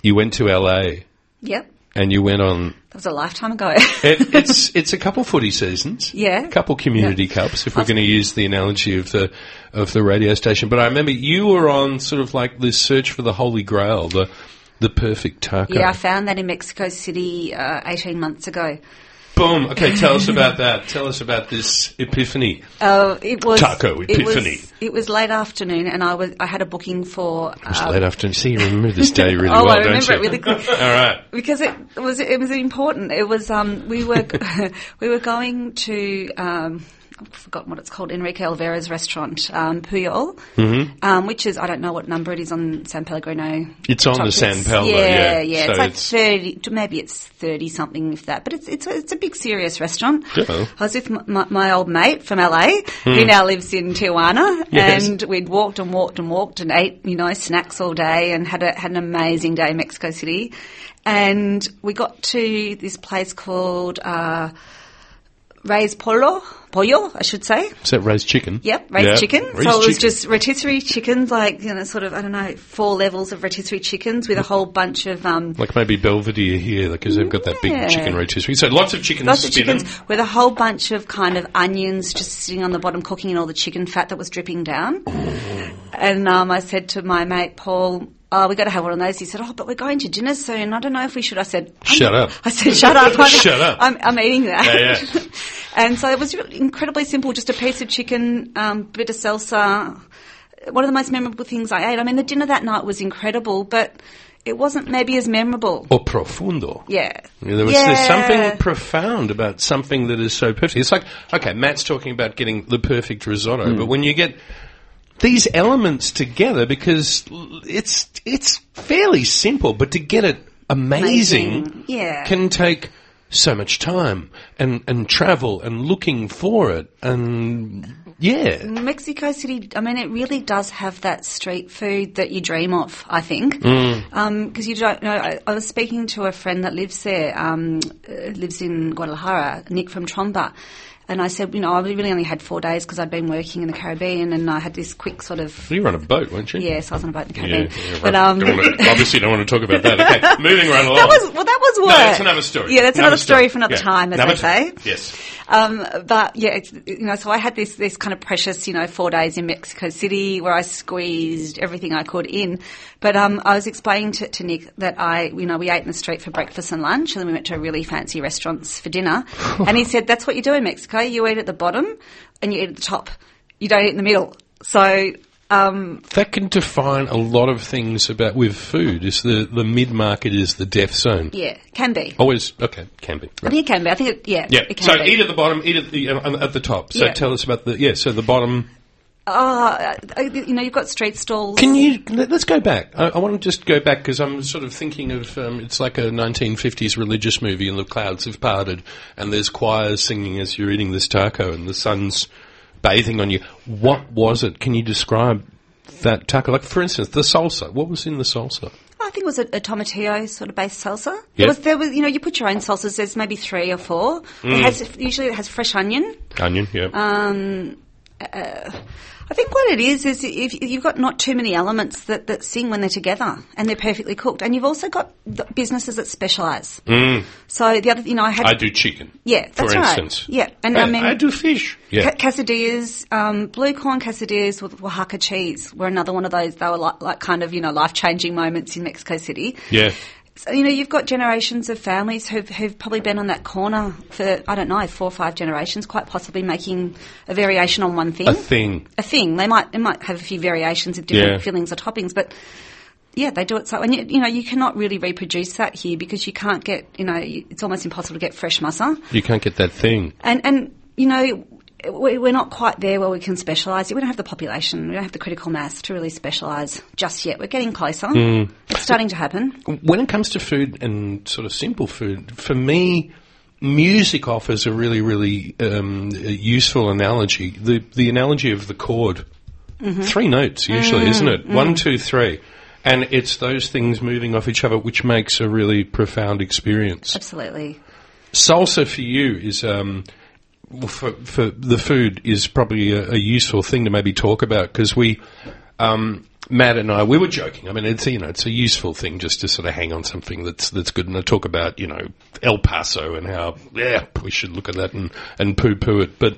[SPEAKER 2] you went to LA
[SPEAKER 7] [laughs] yep,
[SPEAKER 2] and you went on.
[SPEAKER 7] that was a lifetime ago. [laughs]
[SPEAKER 2] It, it's it's a couple footy seasons.
[SPEAKER 7] Yeah.
[SPEAKER 2] a couple community cups. If we're going to use the analogy of the of the radio station, but I remember you were on sort of like this search for the holy grail, the the perfect taco.
[SPEAKER 7] yeah, I found that in Mexico City uh, eighteen months ago.
[SPEAKER 2] Boom. Okay, tell
[SPEAKER 7] [laughs]
[SPEAKER 2] us about that. Tell us about this epiphany.
[SPEAKER 7] Uh, it was
[SPEAKER 2] Taco
[SPEAKER 7] it was-
[SPEAKER 2] epiphany.
[SPEAKER 7] It was, late afternoon, and I was I had a booking for.
[SPEAKER 2] It's
[SPEAKER 7] uh,
[SPEAKER 2] late afternoon. See, you remember this
[SPEAKER 7] [laughs]
[SPEAKER 2] day really
[SPEAKER 7] Oh,
[SPEAKER 2] well,
[SPEAKER 7] I
[SPEAKER 2] don't
[SPEAKER 7] remember
[SPEAKER 2] you?
[SPEAKER 7] it really clear.
[SPEAKER 2] [laughs] All right.
[SPEAKER 7] because it was it was important. It was um, we were [laughs] we were going to um, I've forgotten what it's called Enrique Olvera's restaurant um, Puyol,
[SPEAKER 2] Mm-hmm.
[SPEAKER 7] um, which is I don't know what number it is on San Pellegrino.
[SPEAKER 2] It's on
[SPEAKER 7] Top-
[SPEAKER 2] the San
[SPEAKER 7] it's-
[SPEAKER 2] Pello, yeah.
[SPEAKER 7] yeah,
[SPEAKER 2] So
[SPEAKER 7] it's like
[SPEAKER 2] it's-
[SPEAKER 7] thirty, to- maybe it's thirty something if that. But it's it's a, it's a big serious restaurant.
[SPEAKER 2] Yeah.
[SPEAKER 7] I was with my, my, my old mate from LA who now lives in Tijuana,
[SPEAKER 2] Hmm. Yes.
[SPEAKER 7] and we'd walked and walked and walked and ate, you know, snacks all day and had a, had an amazing day in Mexico City. And we got to this place called uh, Reyes Polo, Pollo, I should say.
[SPEAKER 2] Is that raised chicken?
[SPEAKER 7] Yep, raised
[SPEAKER 2] Yeah,
[SPEAKER 7] chicken.
[SPEAKER 2] raised
[SPEAKER 7] so it was
[SPEAKER 2] chicken.
[SPEAKER 7] just rotisserie chickens, like, you know, sort of, I don't know, four levels of rotisserie chickens
[SPEAKER 2] Mm.
[SPEAKER 7] with a whole bunch of um,
[SPEAKER 2] Like maybe Belvedere here, because they've got that
[SPEAKER 7] Yeah.
[SPEAKER 2] big chicken rotisserie. So lots of chicken
[SPEAKER 7] lots of
[SPEAKER 2] spinning.
[SPEAKER 7] chickens with a whole bunch of kind of onions just sitting on the bottom cooking and all the chicken fat that was dripping down.
[SPEAKER 2] Oh.
[SPEAKER 7] And um, I said to my mate Paul, oh, we got to have one of those. He said, oh, but we're going to dinner soon. I don't know if we should. I said, I'm-
[SPEAKER 2] Shut up.
[SPEAKER 7] I said, shut up.
[SPEAKER 2] [laughs]
[SPEAKER 7] I'm-
[SPEAKER 2] Shut up.
[SPEAKER 7] I'm, I'm eating that.
[SPEAKER 2] Yeah, yeah.
[SPEAKER 7] [laughs] and so it was really incredibly simple, just a piece of chicken, um, bit of salsa. One of the most memorable things I ate. I mean, the dinner that night was incredible, but it wasn't maybe as memorable.
[SPEAKER 2] Or profundo.
[SPEAKER 7] Yeah.
[SPEAKER 2] Oh. Yeah, There was There's
[SPEAKER 7] Yeah.
[SPEAKER 2] something profound about something that is so perfect. It's like, okay, Matt's talking about getting the perfect risotto,
[SPEAKER 7] Hmm.
[SPEAKER 2] but when you get these elements together, because l- it's it's fairly simple, but to get it amazing,
[SPEAKER 7] Amazing, yeah.
[SPEAKER 2] can take so much time and, and travel and looking for it and yeah.
[SPEAKER 7] Mm. Mexico City, I mean, it really does have that street food that you dream of, I think.
[SPEAKER 2] Mm.
[SPEAKER 7] Because you don't know, I, I was speaking to a friend that lives there, um, uh, lives in Guadalajara, Nick from Tromba. And I said, you know, I really only had four days because I'd been working in the Caribbean and I had this quick sort of.
[SPEAKER 2] You were on a boat, weren't you?
[SPEAKER 7] Yes, I was on a boat in the
[SPEAKER 2] Yeah,
[SPEAKER 7] Caribbean.
[SPEAKER 2] yeah, right.
[SPEAKER 7] but, um,
[SPEAKER 2] Don't wanna- obviously don't want to talk about that. Okay, moving right along.
[SPEAKER 7] [laughs] That was well. That was work.
[SPEAKER 2] no, that's another story.
[SPEAKER 7] Yeah, that's another, story. for another
[SPEAKER 2] Yeah.
[SPEAKER 7] time, as
[SPEAKER 2] Another
[SPEAKER 7] they
[SPEAKER 2] time.
[SPEAKER 7] say.
[SPEAKER 2] Yes.
[SPEAKER 7] Um, but yeah, it's, you know, so I had this this kind of precious, you know, four days in Mexico City where I squeezed everything I could in. But um, I was explaining to, to Nick that I, you know, we ate in the street for breakfast and lunch, and then we went to really fancy restaurants for dinner. and he said, "That's what you do in Mexico. You eat at the bottom, and you eat at the top. You don't eat in the middle." So. Um,
[SPEAKER 2] That can define a lot of things about with food. Is the the mid market is the death zone.
[SPEAKER 7] yeah, can be.
[SPEAKER 2] Always okay, can be.
[SPEAKER 7] I
[SPEAKER 2] Right.
[SPEAKER 7] think it can be. I think it, yeah.
[SPEAKER 2] Yeah.
[SPEAKER 7] It can
[SPEAKER 2] So
[SPEAKER 7] be.
[SPEAKER 2] eat at the bottom, eat at the uh, at the top. So
[SPEAKER 7] Yeah.
[SPEAKER 2] tell us about the yeah. So the bottom.
[SPEAKER 7] Uh, you know, you've got street stalls.
[SPEAKER 2] Can you let- let's go back? I, I want to just go back because I'm sort of thinking of um, it's like a 1950s religious movie, and the clouds have parted, and there's choirs singing as you're eating this taco, and the sun's bathing on you. What was it? Can you describe that taco? Like for instance, the salsa. What was in the salsa?
[SPEAKER 7] I think it was a, a tomatillo sort of based salsa.
[SPEAKER 2] Yeah.
[SPEAKER 7] There was, there was, you know, you put your own salsas. There's maybe three or four.
[SPEAKER 2] Mm.
[SPEAKER 7] It has usually it has fresh onion.
[SPEAKER 2] Onion. Yeah.
[SPEAKER 7] Um, uh, I think what it is is if if you've got not too many elements that, that sing when they're together and they're perfectly cooked, and you've also got the businesses that specialise. So the other, you know, I had
[SPEAKER 2] Mm. I do chicken.
[SPEAKER 7] yeah, that's
[SPEAKER 2] for
[SPEAKER 7] right.
[SPEAKER 2] instance.
[SPEAKER 7] Yeah, and I mean,
[SPEAKER 2] do fish. Yeah.
[SPEAKER 7] Ca- Quesadillas, um, blue corn quesadillas with Oaxaca cheese were another one of those. They were like, like kind of, you know, life changing moments in Mexico City.
[SPEAKER 2] Yeah.
[SPEAKER 7] So, you know, you've got generations of families who've, who've probably been on that corner for, I don't know, four or five generations, quite possibly making a variation on one thing.
[SPEAKER 2] A thing.
[SPEAKER 7] A thing. They might, they might have a few variations of different
[SPEAKER 2] Yeah.
[SPEAKER 7] fillings or toppings, but yeah, they do it so. And you, you know, you cannot really reproduce that here because you can't get, you know, you- it's almost impossible to get fresh mussel.
[SPEAKER 2] You can't get that thing.
[SPEAKER 7] And and you know, we- we're not quite there where we can specialise. We don't have the population. We don't have the critical mass to really specialise just yet. We're getting closer.
[SPEAKER 2] Hmm.
[SPEAKER 7] It's starting to happen.
[SPEAKER 2] When it comes to food and sort of simple food, for me, music offers a really, really um, useful analogy. The the analogy of the chord, three notes usually, isn't it? One, two, three, and it's those things moving off each other, which makes a really profound experience.
[SPEAKER 7] Absolutely.
[SPEAKER 2] Salsa for you is. Um, well, for, for the food is probably a, a useful thing to maybe talk about because we, um, Matt and I, we were joking. I mean, it's you know, it's a useful thing just to sort of hang on something that's that's good. And I talk about you know El Paso and how yeah we should look at that and and poo poo it. But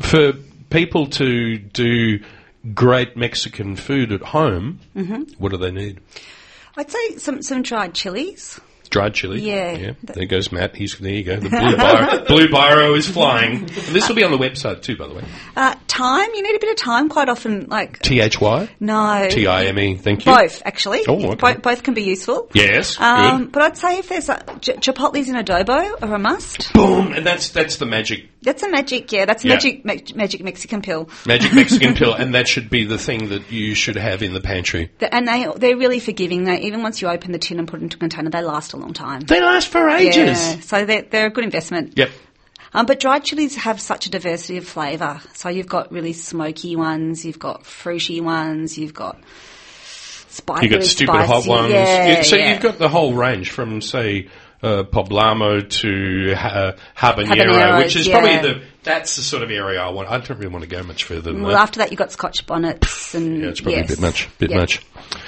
[SPEAKER 2] for people to do great Mexican food at home, what do they need?
[SPEAKER 7] I'd say some some dried chilies.
[SPEAKER 2] Dried chili.
[SPEAKER 7] Yeah.
[SPEAKER 2] There goes Matt. He's there. You go. The blue [laughs] biro, blue biro is flying. And this will be on the website too, by the way.
[SPEAKER 7] Uh, time. You need a bit of time. Quite often, like
[SPEAKER 2] T H Y.
[SPEAKER 7] no.
[SPEAKER 2] T I M E. Thank you.
[SPEAKER 7] Both actually.
[SPEAKER 2] Oh, okay.
[SPEAKER 7] both, both can be useful.
[SPEAKER 2] Yes.
[SPEAKER 7] Um,
[SPEAKER 2] good.
[SPEAKER 7] but I'd say if there's a, ch- chipotles in adobo are a must.
[SPEAKER 2] Boom. [clears throat] And that's that's the magic
[SPEAKER 7] That's a magic, yeah. That's a
[SPEAKER 2] Yeah.
[SPEAKER 7] magic mag- magic Mexican pill.
[SPEAKER 2] magic Mexican pill, and that should be the thing that you should have in the pantry.
[SPEAKER 7] The- And they they're really forgiving. They even once you open the tin and put it into a container, they last a long time.
[SPEAKER 2] They last for
[SPEAKER 7] Yeah, so they're, they're a good investment.
[SPEAKER 2] Yep.
[SPEAKER 7] Um, but dried chilies have such a diversity of flavour. So you've got really smoky ones, you've got fruity ones, you've got spicy.
[SPEAKER 2] You got stupid
[SPEAKER 7] spicy.
[SPEAKER 2] hot ones.
[SPEAKER 7] Yeah,
[SPEAKER 2] Yeah, so
[SPEAKER 7] yeah.
[SPEAKER 2] you've got the whole range from say. Uh, poblano to ha- uh, habanero,
[SPEAKER 7] Habaneros,
[SPEAKER 2] which is
[SPEAKER 7] yeah.
[SPEAKER 2] probably the that's the sort of area I want. I don't really want to go much further than
[SPEAKER 7] Well,
[SPEAKER 2] that.
[SPEAKER 7] after that, you've got Scotch bonnets and
[SPEAKER 2] Yeah, it's probably a
[SPEAKER 7] yes.
[SPEAKER 2] bit much. Bit
[SPEAKER 7] Yeah.
[SPEAKER 2] much.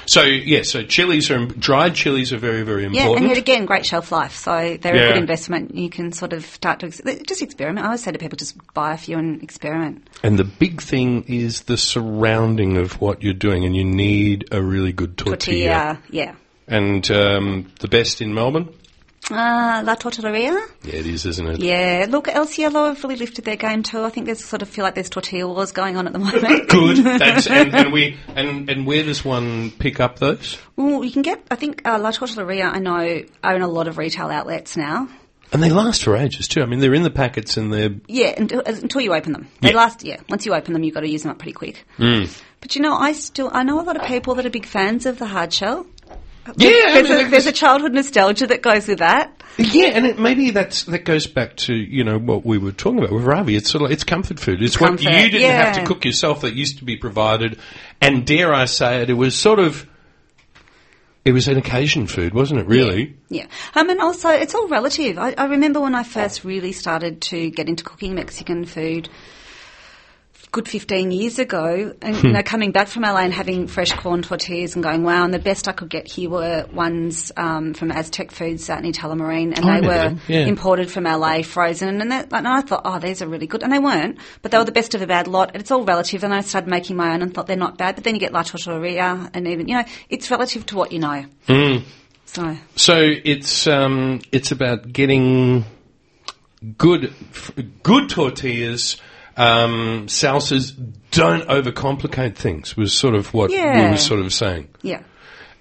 [SPEAKER 2] So yeah, so chilies are dried chilies are very very
[SPEAKER 7] Yeah,
[SPEAKER 2] important.
[SPEAKER 7] and yet again, great shelf life. So they're
[SPEAKER 2] Yeah.
[SPEAKER 7] a good investment. You can sort of start to ex- just experiment. I always say to people, just buy a few and experiment.
[SPEAKER 2] And the big thing is the surrounding of what you're doing, and you need a really good tortilla.
[SPEAKER 7] Tortilla, uh, yeah.
[SPEAKER 2] And um, the best in Melbourne?
[SPEAKER 7] Uh, La Tortilleria.
[SPEAKER 2] Yeah, it is, isn't it?
[SPEAKER 7] Yeah, look, El Cielo have really lifted their game too. I think there's sort of feel like there's tortilla wars going on at the
[SPEAKER 2] [laughs]
[SPEAKER 7] moment.
[SPEAKER 2] Good. That's, and, and we and, and where does one pick up those?
[SPEAKER 7] [laughs] Well, you can get, I think uh, La Tortilleria, I know, are in a lot of retail outlets now.
[SPEAKER 2] And they last for ages too. I mean, they're in the packets, and they're
[SPEAKER 7] Yeah, until, until you open them. They
[SPEAKER 2] Yeah. Mm.
[SPEAKER 7] last, yeah, once you open them, you've got to use them up pretty quick. But you know, I still, I know a lot of people that are big fans of the hard shell.
[SPEAKER 2] yeah. I
[SPEAKER 7] There's,
[SPEAKER 2] mean,
[SPEAKER 7] a, there's a childhood nostalgia that goes with that.
[SPEAKER 2] Yeah, and it, maybe that's that goes back to you know what we were talking about with Ravi. It's sort of like, it's comfort food. It's
[SPEAKER 7] Comfort,
[SPEAKER 2] what you didn't have to
[SPEAKER 7] yeah.
[SPEAKER 2] cook yourself. That used to be provided, and dare I say it, it was sort of it was an occasion food, wasn't it? Really,
[SPEAKER 7] Yeah. Um, and also, it's all relative. I, I remember when I first really started to get into cooking Mexican food, good 15 years ago, and
[SPEAKER 2] Hmm.
[SPEAKER 7] you know, coming back from LA and having fresh corn tortillas and going, wow, and the best I could get here were ones um, from Aztec Foods out near Tullamarine, and
[SPEAKER 2] I
[SPEAKER 7] they
[SPEAKER 2] remember
[SPEAKER 7] were
[SPEAKER 2] them, yeah.
[SPEAKER 7] imported from LA, frozen, and, that, and I thought, oh, these are really good, and they weren't, but they were the best of a bad lot, and it's all relative, and I started making my own and thought they're not bad, but then you get La Tortilleria, and even, you know, it's relative to what you know.
[SPEAKER 2] Hmm.
[SPEAKER 7] So...
[SPEAKER 2] so it's um, it's about getting good f- good tortillas. Um, salsas don't overcomplicate things was sort of what we
[SPEAKER 7] Yeah.
[SPEAKER 2] were sort of saying.
[SPEAKER 7] Yeah.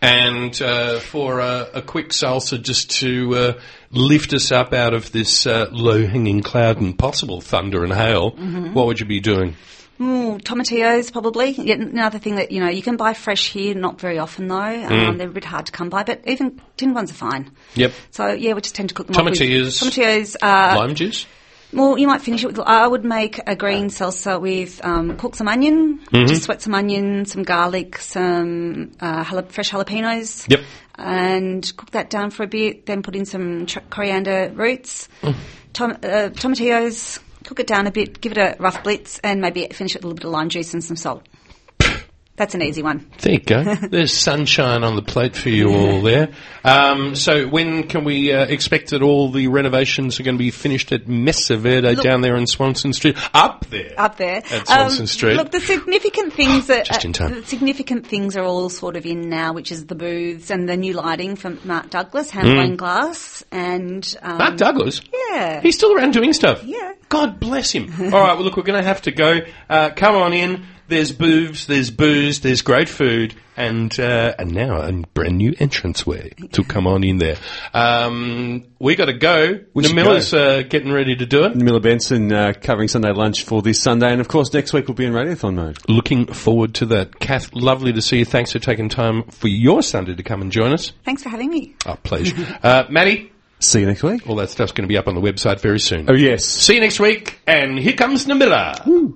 [SPEAKER 2] and uh, for uh, a quick salsa just to uh, lift us up out of this uh, low-hanging cloud and possible thunder and hail, what would you be doing?
[SPEAKER 7] Mm, tomatillos, probably. Yet another thing that, you know, you can buy fresh here, not very often though.
[SPEAKER 2] Mm.
[SPEAKER 7] Um, they're a bit hard to come by, but even tin ones are fine.
[SPEAKER 2] Yep.
[SPEAKER 7] So, yeah, we just tend to cook them up with-
[SPEAKER 2] Tomatillos.
[SPEAKER 7] Tomatillos. Uh,
[SPEAKER 2] [laughs] Lime juice?
[SPEAKER 7] well, you might finish it with. I would make a green salsa with um, cook some onion,
[SPEAKER 2] Mm-hmm.
[SPEAKER 7] just sweat some onion, some garlic, some uh, jalap- fresh jalapenos.
[SPEAKER 2] Yep.
[SPEAKER 7] And cook that down for a bit. Then put in some tr- coriander roots,
[SPEAKER 2] Mm.
[SPEAKER 7] tom- uh, tomatillos. Cook it down a bit. Give it a rough blitz, and maybe finish it with a little bit of lime juice and some salt. That's an easy one.
[SPEAKER 2] There you go. [laughs] There's sunshine on the plate for you all there. Um, so when can we uh, expect that all the renovations are going to be finished at Mesa Verde down there in Swanson Street? Up there.
[SPEAKER 7] up there. Um,
[SPEAKER 2] At Swanson Street.
[SPEAKER 7] Look, the significant things that uh,
[SPEAKER 2] Just in time.
[SPEAKER 7] the significant things are all sort of in now, which is the booths and the new lighting from Mark Douglas,
[SPEAKER 2] Mm.
[SPEAKER 7] handling glass, and um,
[SPEAKER 2] Mark Douglas?
[SPEAKER 7] yeah,
[SPEAKER 2] He's still around doing stuff.
[SPEAKER 7] Yeah.
[SPEAKER 2] [laughs] God bless him. All right, well, look, we're going to have to go. Uh, come on in. There's booths, there's booze, there's great food, and uh, and now a brand new entranceway to come on in there. Um, we got to go.
[SPEAKER 3] We should
[SPEAKER 2] Namilla's uh, getting ready to do it.
[SPEAKER 3] Miller Benson uh, covering Sunday lunch for this Sunday, and of course next week we'll be in Radiothon mode.
[SPEAKER 2] Looking forward to that. Kath, lovely to see you. Thanks for taking time for your Sunday to come and join us.
[SPEAKER 7] Thanks for having me.
[SPEAKER 2] Our pleasure. [laughs] uh, Maddie,
[SPEAKER 3] See you next week.
[SPEAKER 2] all that stuff's going to be up on the website very soon.
[SPEAKER 3] Oh yes.
[SPEAKER 2] See you next week, and here comes Namilla. Oh.